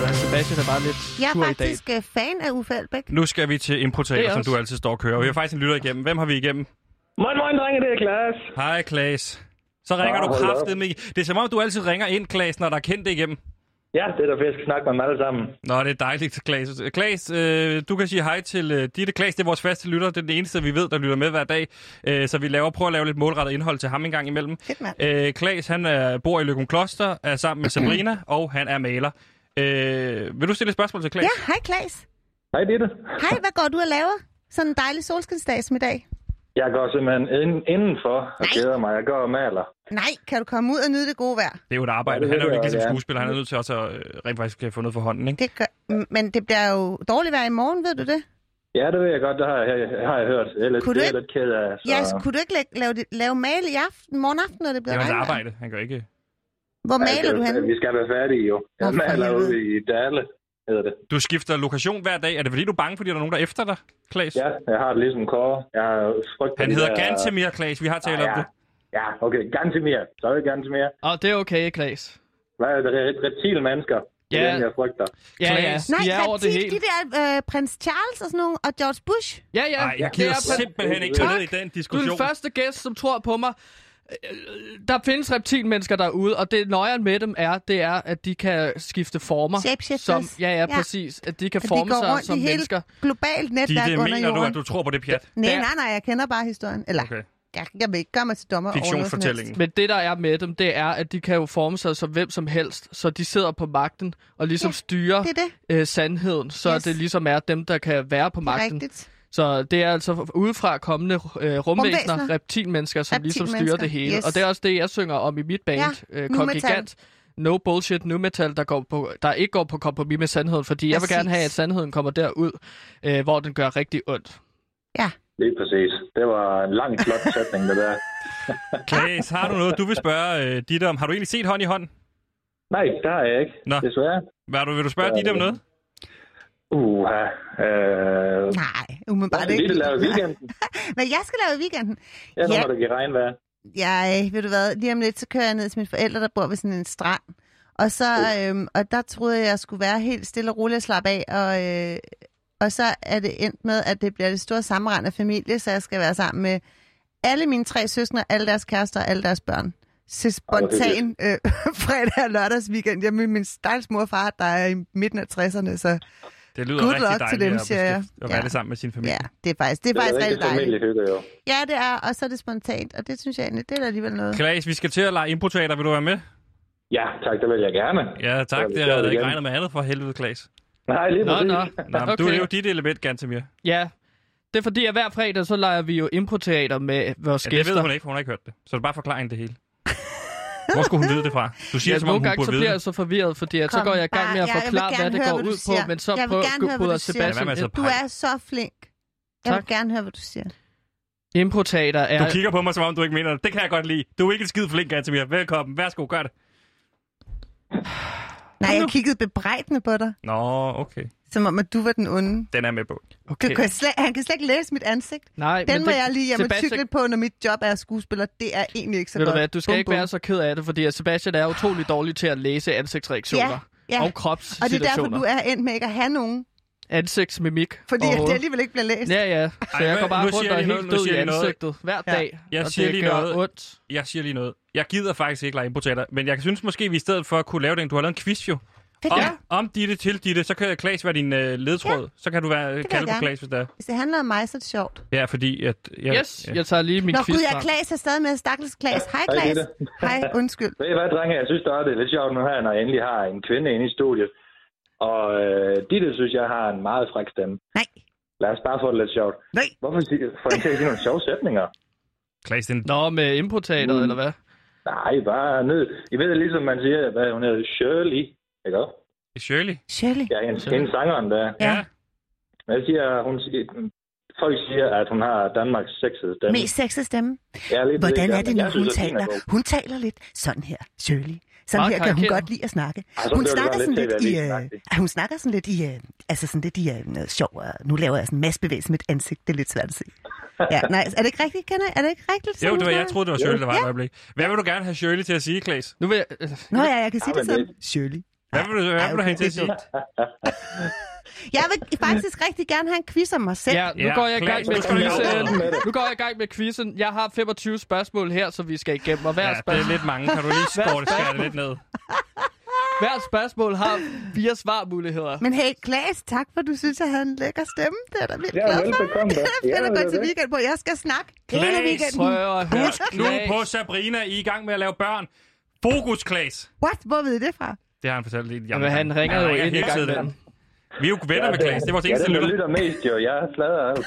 C: Eller Sebastian er bare lidt
D: Jeg er
C: sur i
D: faktisk øh, fan af Uffe Elbæk.
B: Nu skal vi til
C: Det
B: improtaler,
C: er
B: som
C: os.
B: du altid står og kører. Vi har faktisk en lytter igennem. Hvem har vi igennem?
H: Moin, moin, drenge, det er Klaas.
B: Hej, Klaas. Så ringer
H: Ah,
B: du
H: hold da op.
B: kraftet, Mikkel. Det er som om, du altid ringer ind, Klaas, når der er kendte igennem.
H: Ja, det er da fedt, jeg skal snakke med dem alle sammen.
B: Nå, det er dejligt, Klaas. Klaas, øh, du kan sige hej til øh, Ditte Klaas. Det er vores faste lytter. Det er den eneste, vi ved, der lytter med hver dag. Øh, så vi laver, prøver at lave lidt målrettet indhold til ham en gang imellem.
D: Fedt, mand.
B: Øh, Klaas, han er, bor i Løgum Kloster, er sammen med Sabrina, og han er maler. Øh, vil du stille et spørgsmål til Klaas?
D: Ja, hej Klaas.
H: Hej, Ditte.
D: Hej, hvad går du og laver? Sådan en dejlig solskinsdag som i dag.
H: Jeg går simpelthen ind, indenfor og
D: Nej.
H: keder mig. Jeg går og maler.
D: Nej, kan du komme ud og nyde det gode vejr?
B: Det er jo et
H: Ja,
B: arbejde.
H: det
B: Han er jo
H: ved
B: ikke
H: jeg,
B: ligesom
H: det er.
B: skuespiller. Han er nødt til også at øh, rent faktisk få noget for hånden, ikke?
D: Det gør... m- Men det bliver jo dårligt vejr i morgen, ved du det?
H: Ja, det ved jeg godt, det har jeg, har jeg hørt. Jeg er lidt,
D: Kunne du
H: det er
D: ikke-
H: lidt ked af. Så...
D: Ja, så kunne du ikke læ- lave, det- lave mal i aften, morgen aften, når det
B: Det
D: bliver
B: er hans
D: regnvejr?
B: arbejde. Han gør ikke...
D: Hvor
H: Ja,
D: maler du
H: det-
D: hen?
H: Vi skal være færdige, jo. Jeg
D: Nå, for
H: maler
D: helvede.
H: ude i Dale, hedder det.
B: Du skifter lokation hver dag. Er det fordi, du er bange, fordi der er nogen, der er efter dig, Klaas?
H: Ja, jeg har det ligesom Kåre. Jeg har frygt
B: Han hedder Gantemir, Klaas. Vi har talt om
H: ja.
B: det.
H: Ja, okay. Gantemir. Så er det Gantemir.
C: dag. Og det er okay, Klaas.
H: Hvad er det? Ret- Reptilmennesker. Det
C: Ja.
H: er dem, jeg frygter.
C: Ja, ja,
B: Klaas.
D: Nej,
C: vi er over det
D: reptil,
C: hele.
D: de der øh, prins Charles og sådan nogle, og George Bush.
C: Ja, ja.
B: Nej, jeg
C: det er
B: gider
C: præ-
B: simpelthen ikke tage
C: Tak.
B: ned i den
C: Du er
B: diskussion.
C: den første gæst, som tror på mig. Øh, Der findes reptilmennesker derude, og det nøjeren med dem er, det er, at de kan skifte former.
D: Shapeshifters.
C: Som, ja, ja,
D: Ja.
C: præcis. At de kan
D: At de
C: forme
D: går
C: sig
D: rundt
C: som
D: i hele
C: mennesker.
D: globalt netværk
B: Ditte,
D: under
B: mener du,
D: jorden.
B: at du tror på det, pjat?
D: Nej,
C: Der-
D: nej, nej, jeg kender bare historien. Eller,
B: Okay.
D: okay. jeg, jeg vil ikke gøre mig til dommer over noget som helst.
B: Fiktionsfortællingen.
C: Men det, der er med dem, det er, at de kan jo forme sig som hvem som helst, så de sidder på magten og ligesom ja,
D: Ja,
C: styrer
D: Det er det.
C: øh, sandheden, så yes.
D: Yes.
C: det ligesom er dem, der kan være på
D: Det er
C: magten.
D: rigtigt.
C: Så det er altså udefra kommende øh, rumvæsener,
D: Rumvæsener.
C: reptilmennesker, som ligesom styrer
D: Reptilmennesker,
C: det hele.
D: yes.
C: Og det er også det, jeg synger om i mit band,
D: Ja,
C: øh,
D: nu
C: Kong
D: metal.
C: Gigant. No bullshit nu metal, der, går på, der ikke går på kompromis med sandheden, fordi jeg vil
D: Præcis.
C: gerne have, at sandheden kommer derud, øh, hvor den gør rigtig ondt.
D: Ja.
H: Lige præcis. Det var en lang, flot sætning, det der.
B: Klaas, har du noget, du vil spørge øh, Ditte om? Har du egentlig set hånd i hånd?
H: Nej, der har jeg ikke.
B: Nå.
H: Desværre.
B: Hvad, er du- vil du spørge
H: Ja,
B: Ditte om noget?
H: Uha.
D: Nej,
H: Øh,
D: umiddelbart
H: det er
D: ikke.
H: lidt lavet i weekenden.
D: Men jeg skal lave i weekenden.
H: Jeg tror,
D: Ja.
H: ja. det giver regnvejr.
D: Jeg, ved du hvad, lige om lidt, så kører jeg ned til mine forældre, der bor ved sådan en strand. Og, så, øhm, og der troede jeg, jeg skulle være helt stille og rolig og slappe af. Og, øh, og så er det endt med, at det bliver det store sammenrend af familie, så jeg skal være sammen med alle mine tre søstre, alle deres kærester og alle deres børn. Så spontan øh, fredag og lørdags weekend. Jeg mødte min stakkels mor og far, der er i midten af 60'erne, så
B: Det lyder
D: Good
B: rigtig
D: luck
B: dejligt
D: til dem,
B: at,
D: siger jeg.
B: beskæftige- at være
D: Ja.
B: det sammen med sin familie.
D: ja, det er faktisk, det er faktisk rigtig dejligt.
H: familiehygge, jo.
D: Ja, det er, og så er det spontant, og det synes jeg egentlig, det er da alligevel noget.
B: Klaas, vi skal til at lege improteater. Vil du være med?
H: Ja, tak, det vil jeg gerne.
B: Ja, tak.
H: vi
B: Det
H: gør
B: har jeg
H: det
B: ikke
H: igen.
B: regnet med andet for helvede, Klaas.
H: Nej, lige
C: Nå,
H: præcis.
C: nå.
B: Nå, okay.
C: okay.
B: Du er jo dit element, Gantemir.
C: Ja, det er fordi, at hver fredag, så leger vi jo improteater med vores
B: Ja, det
C: gæster.
B: ved hun ikke, for hun har ikke hørt det. Så du bare forklarer hende det hele. Hvor skulle hun vide det fra? Du siger,
C: Ja,
B: ja, som om
C: nogle
B: hun
C: gange, så
B: burde
C: bliver
B: vide
C: jeg
B: det.
C: så forvirret, fordi at så
D: Kom,
C: går jeg i gang med at
D: bare- jeg vil
C: forklare,
D: gerne
C: hvad det
D: høre,
C: går
D: hvad du
C: ud
D: siger.
C: på, men så
D: Jeg vil gerne
C: prøver
D: høre, hvad du
C: bryder
D: siger.
B: Lad være
C: Sebastian
B: med at
C: ind.
B: sidde
D: Du
B: og pege.
D: er så flink. Jeg vil
C: Tak.
D: gerne høre, hvad du siger.
C: Improteater er...
B: Du kigger på mig, som om du ikke mener det. Det kan jeg godt lide. Du er ikke en skid flink, Gantemir. Velkommen. Værsgo, gør det.
D: Nej, jeg kiggede bebrejdende på dig,
B: Nå, okay.
D: som om, at du var den onde.
B: Den er med på.
D: Okay. Du kan slet, han kan slet ikke læse mit ansigt.
C: Nej,
D: Den
C: men
D: må
C: det,
D: jeg lige jeg må
C: Sebastian,
D: tygge lidt på, når mit job er skuespiller. Det er egentlig ikke så
C: Ved du
D: godt.
C: hvad, du skal
D: Bum,
C: ikke
D: bum.
C: være så ked af det, fordi at Sebastian er utrolig dårlig til at læse ansigtsreaktioner.
D: Ja, ja.
C: Og
D: Og det er derfor,
C: kropssituationer.
D: du er endt med ikke at have nogen.
C: Ansigtsmimik.
D: Fordi oh. det
C: overhovedet.
D: alligevel ikke bliver læst.
C: Ja, ja. Så
B: Ej,
C: jeg
B: hvad-
C: går bare
B: nu
C: rundt
B: siger
C: og er
B: jeg lige noget,
C: helt
B: nu
C: død i
B: siger jeg lige noget.
C: ansigtet hver
D: Ja.
C: dag.
B: Jeg
C: og
B: siger
C: det
B: lige
C: gør
B: noget.
C: ondt.
B: Jeg siger lige noget. Jeg gider faktisk ikke lege importater, men jeg synes måske, vi i stedet for kunne lave den. Du har lavet en quiz jo.
D: Fedt,
B: Om,
D: ja.
B: om ditte til ditte, så kan Klaas være din øh, ledtråd. Ja. Så kan du være,
D: jeg
B: kalde på
D: gerne.
B: Klaas, hvis det er.
D: Hvis det handler om mig, så er det sjovt.
B: Ja, fordi at... Jeg,
C: Yes, jeg tager lige min
D: Nå,
C: quiz
D: gud, jeg er
C: frem.
D: Klaas er stadig med. Stakkels Klaas. Hej,
H: Hej,
D: Klaas.
H: Gitte.
D: Hej, undskyld.
H: Ved I hvad, drenge? Jeg synes da, det er lidt sjovt nu her, når jeg endelig har en kvinde inde i studiet. Og øh, Ditte synes, jeg har en meget fræk stemme.
D: Nej.
H: Lad os bare få det lidt sjovt.
D: Nej.
H: Hvorfor siger- får I til at sige nogle sjove sætninger?
B: Klaas, det er en
C: Nå, med importater, mm. eller hvad?
H: Nej, bare ned. I ved ligesom, man siger, hvad hun hedder, Shirley. Ikke også?
B: Shirley.
D: Shirley.
H: Ja, hende, hende sangeren der.
D: Ja.
H: Jeg siger, hun siger, folk siger, at hun har Danmarks sexede stemme.
D: Mest sexet stemme.
H: Ja, lige præcis,
D: Hvordan
H: ja,
D: er det
H: men
D: nu,
H: jeg
D: hun
H: synes, at din er
D: taler?
H: god.
D: Hun taler lidt sådan her, Shirley. Sådan
C: Meget
D: her kan hun
C: karikeret.
D: godt lide at snakke.
H: så
D: Hun
H: blev det
D: snakker
H: bare
D: sådan
H: lidt
D: lidt i... Øh,
H: TV-avisen-agtigt.
D: hun snakker sådan lidt i... Øh, altså sådan lidt i... Øh, noget sjov. Øh, nu laver jeg sådan en masse bevægelse med et ansigt. Det er lidt svært at se. Ja, nej, er det ikke rigtigt, Kenneth? Er det ikke rigtigt?
B: Jo,
D: sådan,
B: det var,
D: hun
B: jeg
D: snakker?
B: troede, det var Shirley, der var et øjeblik. Hvad vil du gerne have Shirley til at sige, Klaas?
C: Nu vil jeg... øh,
D: Nå ja, jeg kan sige
H: Ja,
D: det
H: men det-
D: sådan. Shirley.
B: Hvad vil du, hvad vil du have hende til at sige?
D: Jeg vil faktisk rigtig gerne have en quiz om mig selv.
C: Ja, nu
B: Ja,
C: går jeg i
B: Klaas,
C: gang med
B: nu skal du ikke
H: afbryde mig.
C: quizzen. Nu går jeg i gang med quizzen. Jeg har 25 spørgsmål her, så vi skal igennem. Og hver,
B: Ja,
C: ja,
B: det er
C: spørgsmål,
B: lidt mange. Kan du lige skåre det, skære det lidt ned?
C: hver spørgsmål har fire svarmuligheder.
D: Men hey, Klaas, tak for, du synes, jeg havde en lækker stemme. Det er da vildt
H: Ja,
D: glad for.
H: velbekomme da.
D: Det er
H: Ja,
D: fedt at
H: det
D: gå
H: er
D: til
H: det.
D: weekend på. Jeg skal snakke hele
B: Klaas,
D: weekenden.
C: Prøv at høre.
B: Husk nu på Sabrina, I er i gang med at lave børn. Fokus, Klaas!
D: What? Hvor ved I det fra?
B: Det har han fortalt lidt.
C: Jamen, han ringer jo ind i gang med den.
B: Vi er jo venner med Klaas. Det er vores eneste
H: ja, det er
B: lytter.
H: lytter mest jo. Jeg slader alt.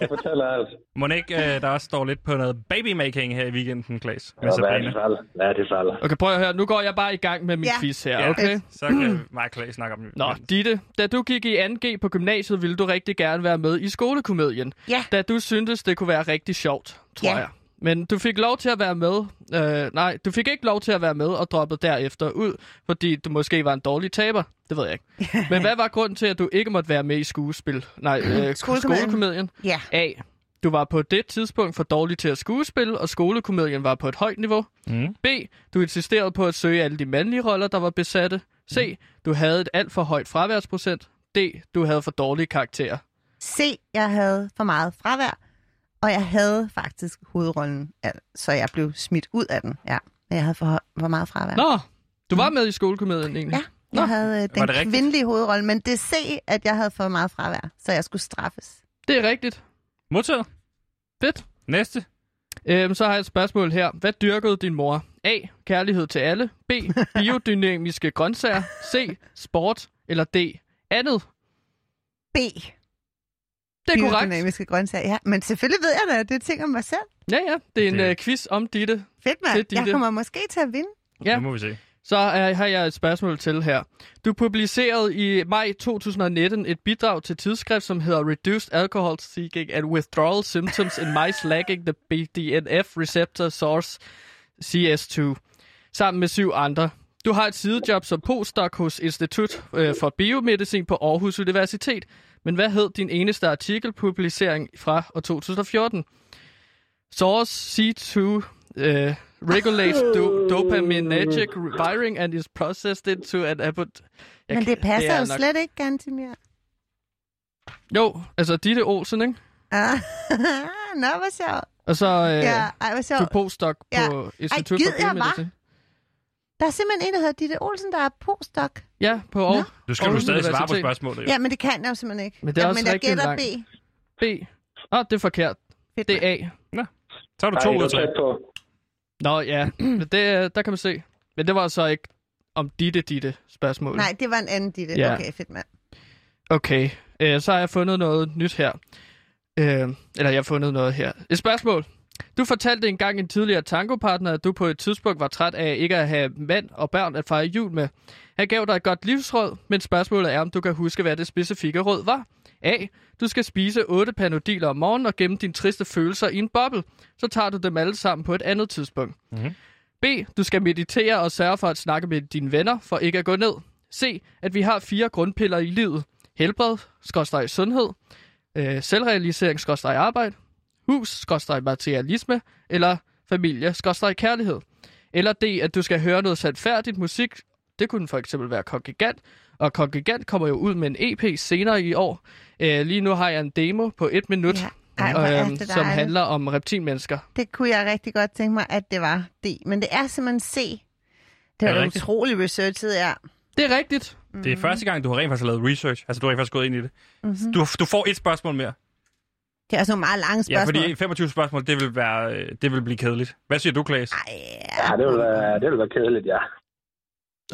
H: Jeg fortæller alt.
B: Må ikke, øh, der også står lidt på noget babymaking her i weekenden, Klaas? Med
H: Og hvad er
B: Sabrina.
H: det fald? Hvad er det fald?
C: Okay, prøv at høre. Nu går jeg bare i gang med min
D: Ja.
C: quiz her, okay?
B: så kan mig og Klaas snakke om det.
C: Nå, Ditte, da du gik i 2G på gymnasiet, ville du rigtig gerne være med i skolekomedien.
D: Ja.
C: Da du syntes, det kunne være rigtig sjovt, tror
D: Ja.
C: jeg. Men du fik lov til at være med. Øh, nej, du fik ikke lov til at være med og droppede derefter ud, fordi du måske var en dårlig taber. Det ved jeg ikke. Men hvad var grunden til, at du ikke måtte være med i skuespil? Nej, øh,
D: Skolekomedien.
C: skolekomedien. skolekomedien.
D: Ja.
C: A. Du var på det tidspunkt for dårlig til at skuespille, og skolekomedien var på et højt niveau.
B: Mm.
C: B. Du insisterede på at søge alle de mandlige roller, der var besatte. C. Du havde et alt for højt fraværsprocent. D. Du havde for dårlige karakterer.
D: Se, jeg havde for meget fravær, og jeg havde faktisk hovedrollen, al- så jeg blev smidt ud af den. Ja, men jeg havde for, for meget fravær.
C: Nå, du var med i skolekomedien egentlig.
D: Ja, jeg
C: Nå,
D: havde øh,
B: var
D: den
B: det rigtigt?
D: kvindelige hovedrolle, men det se, at jeg havde for meget fravær, så jeg skulle straffes.
C: Det er rigtigt.
B: Modtaget.
C: Fedt.
B: Næste.
C: Øhm, så har jeg et spørgsmål her. Hvad dyrkede din mor? A. Kærlighed til alle. B. Biodynamiske grøntsager. C. Sport. Eller D. Andet.
D: B.
C: Det er korrekt.
D: Biodynamiske grøntsager. Ja, men selvfølgelig ved jeg da, at det er ting om mig selv.
C: Ja, ja. Det er en
B: Det-
C: øh, quiz om ditte.
D: Fedt,
C: Fedt,
D: mand.
C: Ditte.
D: Jeg kommer måske til at vinde.
B: Ja.
C: Ja.
B: Nu må vi se.
C: Så øh, har jeg et spørgsmål til her. Du publicerede i maj 2019 et bidrag til tidsskrift, som hedder Reduced Alcohol Seeking and Withdrawal Symptoms in Mice Lacking the BDNF Receptor Source CS2, sammen med syv andre. Du har et sidejob som postdoc hos Institut øh, for Biomedicin på Aarhus Universitet, men hvad hed din eneste artikelpublicering fra år 2014? Source C2 øh, regulates do- dopaminergic firing and is processed into an apod... Jeg
D: Men
C: kan-
D: det passer
C: er
D: jo
C: nok-
D: slet ikke, Gantimir.
C: Jo, altså Ditte Olsen, ikke?
D: Ah. Nå, hvor sjovt.
C: Og så øh,
D: Ja,
C: ja,
D: ej, hvor
C: du er
D: sjovt.
C: postdoc
D: Ja.
C: på Institut
D: gid
C: for
D: jeg var.
C: Biomedicin.
D: Der er simpelthen en, der hedder Ditte Olsen, der er postdoc.
C: Ja, på Aarhus
B: Du skal jo
C: Aarhus
B: stadig svare på
C: Universitet.
B: spørgsmålet.
D: Ja, men det kan jeg jo simpelthen ikke.
C: Men det er
D: ja,
C: også
D: men jeg
C: rigtig
D: gætter
C: langt.
D: B.
C: B. Åh, oh, det er forkert.
D: Fedt,
C: Det er A.
B: Så har du
H: Ej,
B: to
H: det
B: ud
H: var
B: af tre.
H: tæt på.
C: Nå ja, Men det, øh, der kan man se. Men det var så ikke om ditte ditte spørgsmål.
D: mand. Nej, det var en anden Ditte.
C: Ja.
D: Okay, fedt mand.
C: Okay, øh, så har jeg fundet noget nyt her. Øh, eller jeg har fundet noget her. Et spørgsmål. Du fortalte engang en tidligere tangopartner, at du på et tidspunkt var træt af ikke at have mand og børn at fejre jul med. Han gav dig et godt livsråd, men spørgsmålet er, om du kan huske, hvad det specifikke råd var. A. Du skal spise 8 panodiler om morgenen og gemme dine triste følelser i en boble. Så tager du dem alle sammen på et andet tidspunkt. B. Du skal meditere og sørge for at snakke med dine venner, for ikke at gå ned. C. At vi har fire grundpiller i livet. Helbred, skråstrej sundhed, øh, selvrealisering, skråstrej arbejde, hus, skråstrej materialisme, eller familie, skråstrej kærlighed. Eller D. At du skal høre noget sandfærdigt musik. Det kunne for eksempel være kongregant, og kongregant kommer jo ud med en EP senere i år. Øh, lige nu har jeg en demo på et minut,
D: Ja. Ej, hvor er
C: øhm, som
D: det dejligt.
C: handler om reptilmennesker.
D: Det kunne jeg rigtig godt tænke mig, at det var D. Men det er simpelthen C. Det
B: Er
D: var
B: det
D: da
B: rigtigt?
D: utrolig researchet, ja.
C: Det er rigtigt.
B: Det er første gang, du har rent faktisk lavet research. Altså, du har rent faktisk gået ind i det.
D: Mhm.
B: Du, du får et spørgsmål mere.
D: Det er også nogle meget lange
B: Ja,
D: spørgsmål.
B: fordi 25 spørgsmål, det vil, være, øh, det vil blive kedeligt. Hvad siger du, Klaas?
D: Ej,
H: Ja, det ville være, det ville være kedeligt, ja.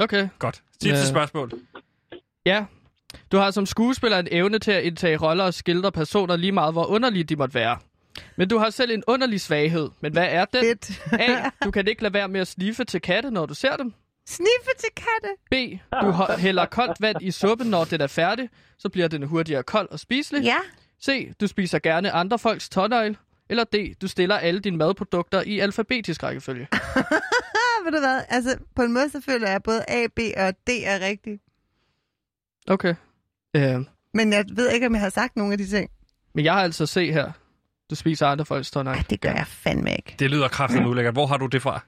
C: Okay.
B: Godt. Sidste
C: Ja.
B: spørgsmål.
C: Ja. Du har som skuespiller en evne til at indtage roller og skildre personer lige meget, hvor underlige de måtte være. Men du har selv en underlig svaghed. Men hvad er den?
D: fedt.
C: A. Du kan ikke lade være med at sniffe til katte, når du ser dem.
D: Sniffe til katte.
C: B. Du ho- hælder koldt vand i suppen, når den er færdig. Så bliver den hurtigere kold og spiselig.
D: Ja.
C: C. Du spiser gerne andre folks tånøgle. Eller D. Du stiller alle dine madprodukter i alfabetisk rækkefølge.
D: Ah, ved du hvad? Altså, på en måde så føler jeg, at både A, B og D er rigtigt.
C: Okay. Øh,
D: Men jeg ved ikke, om jeg har sagt nogen af de ting.
C: men jeg har altså C her. Du spiser andre folks tånøgle.
D: Ej, det gør jeg fandme ikke.
B: Det lyder kraftigt ulækkert. Hvor har du det fra?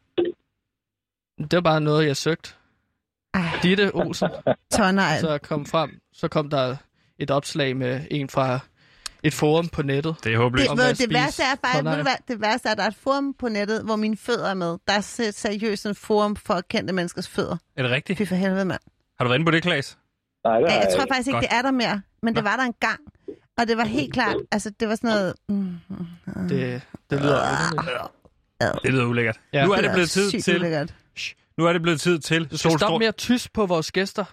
C: Det var bare noget, jeg søgte.
D: Ej, altså.
C: Ditte Olsen.
D: tonnegl.
C: så kom frem, så kom der et opslag med en fra et forum på nettet.
B: Det er håbløst.
D: Det,
C: om
D: ved,
C: at
D: det
C: spise
D: værste er faktisk, ved
C: tårnegl.
D: du hvad, det værste er, at der er et forum på nettet, hvor mine fødder er med. Der er se- seriøst en forum for kendte menneskers fødder.
B: Er det rigtigt?
D: Fy for helvede, mand.
B: Har du været inde på det, Klaas?
H: Nej, det
D: Ja,
H: har
D: jeg tror
H: ikke.
D: faktisk ikke,
B: Godt.
D: det er der mere, men det var der engang. Og det var helt klart, altså det var sådan noget... Mm,
C: Det, det lyder
D: Ah.
C: underligt.
B: Det lyder ulækkert.
C: Ja.
B: Nu er det blevet tid
D: sygt
B: til...
D: ulækkert.
B: Shh. Nu er det blevet tid til...
C: Du skal
B: Solstråle-
C: stoppe med at tysse på vores gæster.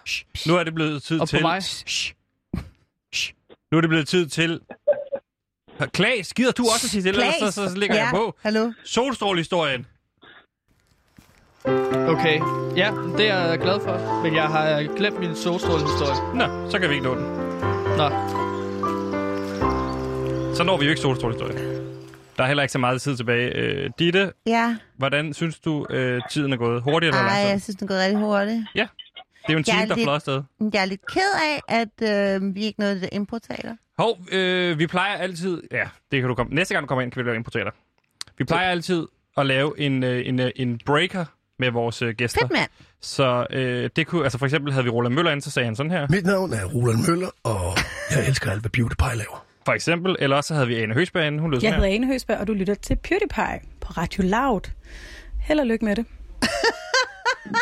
B: Nu er det blevet tid
C: Og på
B: til...
C: mig.
B: Shh. Shh. Nu er det blevet tid til... Klaas, gider du også at sige det, ellers så, så ligger
D: ja,
B: jeg på.
D: hallo.
B: Solstrålehistorien.
C: Okay, ja, det er jeg glad for. Men jeg har glemt min solstrålehistorie.
B: Nå, så kan vi ikke nå den.
C: Nå,
B: Så når vi jo ikke solstrålehistorien. Der er heller ikke så meget tid tilbage. Øh, Ditte,
D: Ja,
B: hvordan synes du, øh, tiden er gået? Hurtigt eller
D: ej, jeg
B: langsomt?
D: synes, den går rigtig hurtigt.
B: Det er jo en
D: jeg
B: time,
D: er
B: der
D: lidt-
B: flot afsted.
D: Jeg er lidt ked af, at øh, vi ikke nåede det der improtaler.
B: Hov, øh, vi plejer altid... Ja, det kan du komme... Næste gang du kommer ind, kan vi lave importater. Vi plejer altid at lave en, øh, en, øh, en breaker med vores øh, gæster.
D: Fedt, mand.
B: Så øh, det kunne... Altså for eksempel havde vi Roland Møller ind, så sagde han sådan her.
A: Mit navn er Roland Møller, og jeg elsker alt, hvad Beauty Pie laver.
B: For eksempel. Eller også så havde vi Ane Høsberg inde, hun lød
I: Jeg
B: sådan
I: hedder
B: her.
I: Ane Høsberg, og du lytter til PewDiePie på Radio Loud. Held og lykke med det.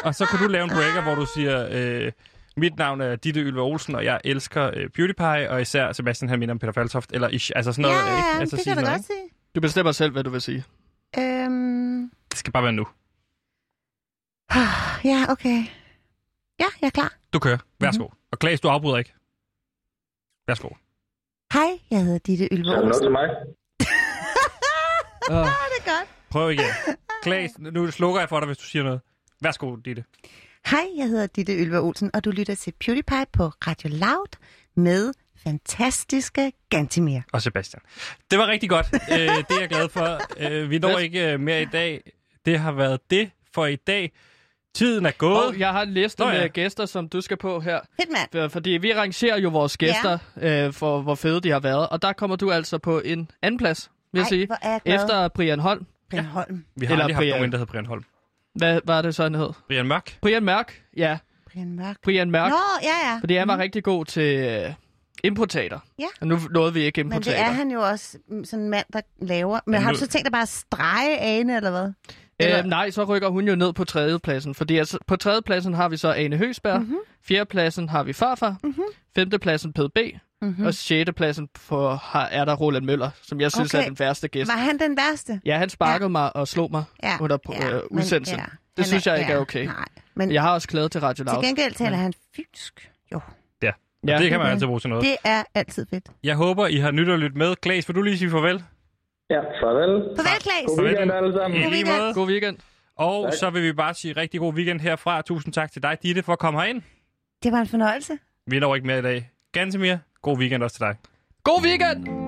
B: Og så kunne du lave en breaker, hvor du siger... Øh, mit navn er Ditte Ylva Olsen, og jeg elsker øh, PewDiePie, og især Sebastian Hermin og Peter Faltoft, eller ish, altså sådan
D: Ja,
B: noget.
D: ja,
B: ikke?
D: ja,
B: altså,
D: det
B: sige sådan
D: kan du
B: noget,
D: godt sige.
C: du bestemmer selv, hvad du vil sige.
D: Øhm,
B: ikke? Det skal bare være nu.
D: ja, okay. Ja, jeg er klar.
B: Du kører. Værsgo.
D: Mhm.
B: Mm-hmm. Og Klaas, du afbryder ikke. Værsgo.
D: Hej, jeg hedder Ditte Ylva
H: Så er det noget
D: Olsen.
H: til mig?
C: Uh,
D: Ah, det er godt.
B: Prøv igen. Klaas, nu slukker jeg for dig, hvis du siger noget. Værsgo, Ditte.
D: Hej, jeg hedder Ditte Ylva Olsen, og du lytter til PewDiePie på Radio Loud med fantastiske Gantimir.
B: Og Sebastian. Det var rigtig godt. Øh, det er jeg glad for. Øh, vi når
C: Fedt.
B: ikke øh, mere i dag. Det har været det for i dag. Tiden er gået.
C: Og jeg har en liste
B: Nå ja.
C: med gæster, som du skal på her.
D: Fedt mand.
C: Øh, Fordi vi rangerer jo vores gæster ja. øh, for, hvor fede de har været. Og der kommer du altså på en anden plads, vil jeg
D: Ej,
C: sige.
D: hvor er jeg glad.
C: Efter Brian Holm.
D: Brian Holm.
B: Vi har
C: Eller
B: aldrig haft
C: Brian.
B: nogen, der hedder Brian Holm.
C: Hvad var det så, han hed?
B: Brian Mørk.
C: Brian Mørk. Ja,
D: Brian Mørk.
C: Brian Mørk.
D: Nå, ja, ja.
C: Fordi han var rigtig god til øh, importater.
D: Mhm. Ja.
C: Og nu nåede vi ikke
D: Men det
C: importater.
D: er han jo også mm, sådan en mand, der laver. Men
B: Men
D: har
B: nu-
D: du så tænkt dig bare at strege Ane, eller hvad?
C: Æ,
D: eller-
C: Øh, nej, så rykker hun jo ned på tredjepladsen. Fordi altså, på tredjepladsen har vi så Ane Høsberg.
D: Mhm.
C: Mm-hmm. Fjerdepladsen har vi Farfar. Mm-hmm. Femtepladsen PDB.
D: Mhm.
C: Mm-hmm. Og sjettepladsen for, har, er der Roland Møller, som jeg synes
D: Okay.
C: er den værste gæst.
D: Var han den værste?
C: Ja, han sparkede ja. mig og slog mig ja. under ja. Øh,
D: men-
C: udsendelsen. Ja.
D: Han
C: Det synes jeg ikke er okay.
D: Nej, men
C: Jeg har også klaget til Radio Loud.
D: til gengæld taler
C: men-
D: han fynsk. Jo,
B: Ja,
C: Ja.
B: det kan man
D: Mhm.
B: altid bruge til noget.
D: det er altid fedt.
B: Jeg håber, I har nyt at lytte med. Klaas, vil du lige sige farvel?
H: Ja, farvel.
D: Farvel, Klaas.
H: God weekend alle sammen.
B: I lige
D: weekend.
B: måde.
C: God weekend.
B: Og
H: Tak.
B: så vil vi bare sige rigtig god weekend herfra. Tusind tak til dig, Ditte, for at komme herind.
D: Det var en fornøjelse.
B: Vi når ikke mere i dag. Ganske mere. God weekend også til dig.
C: God weekend!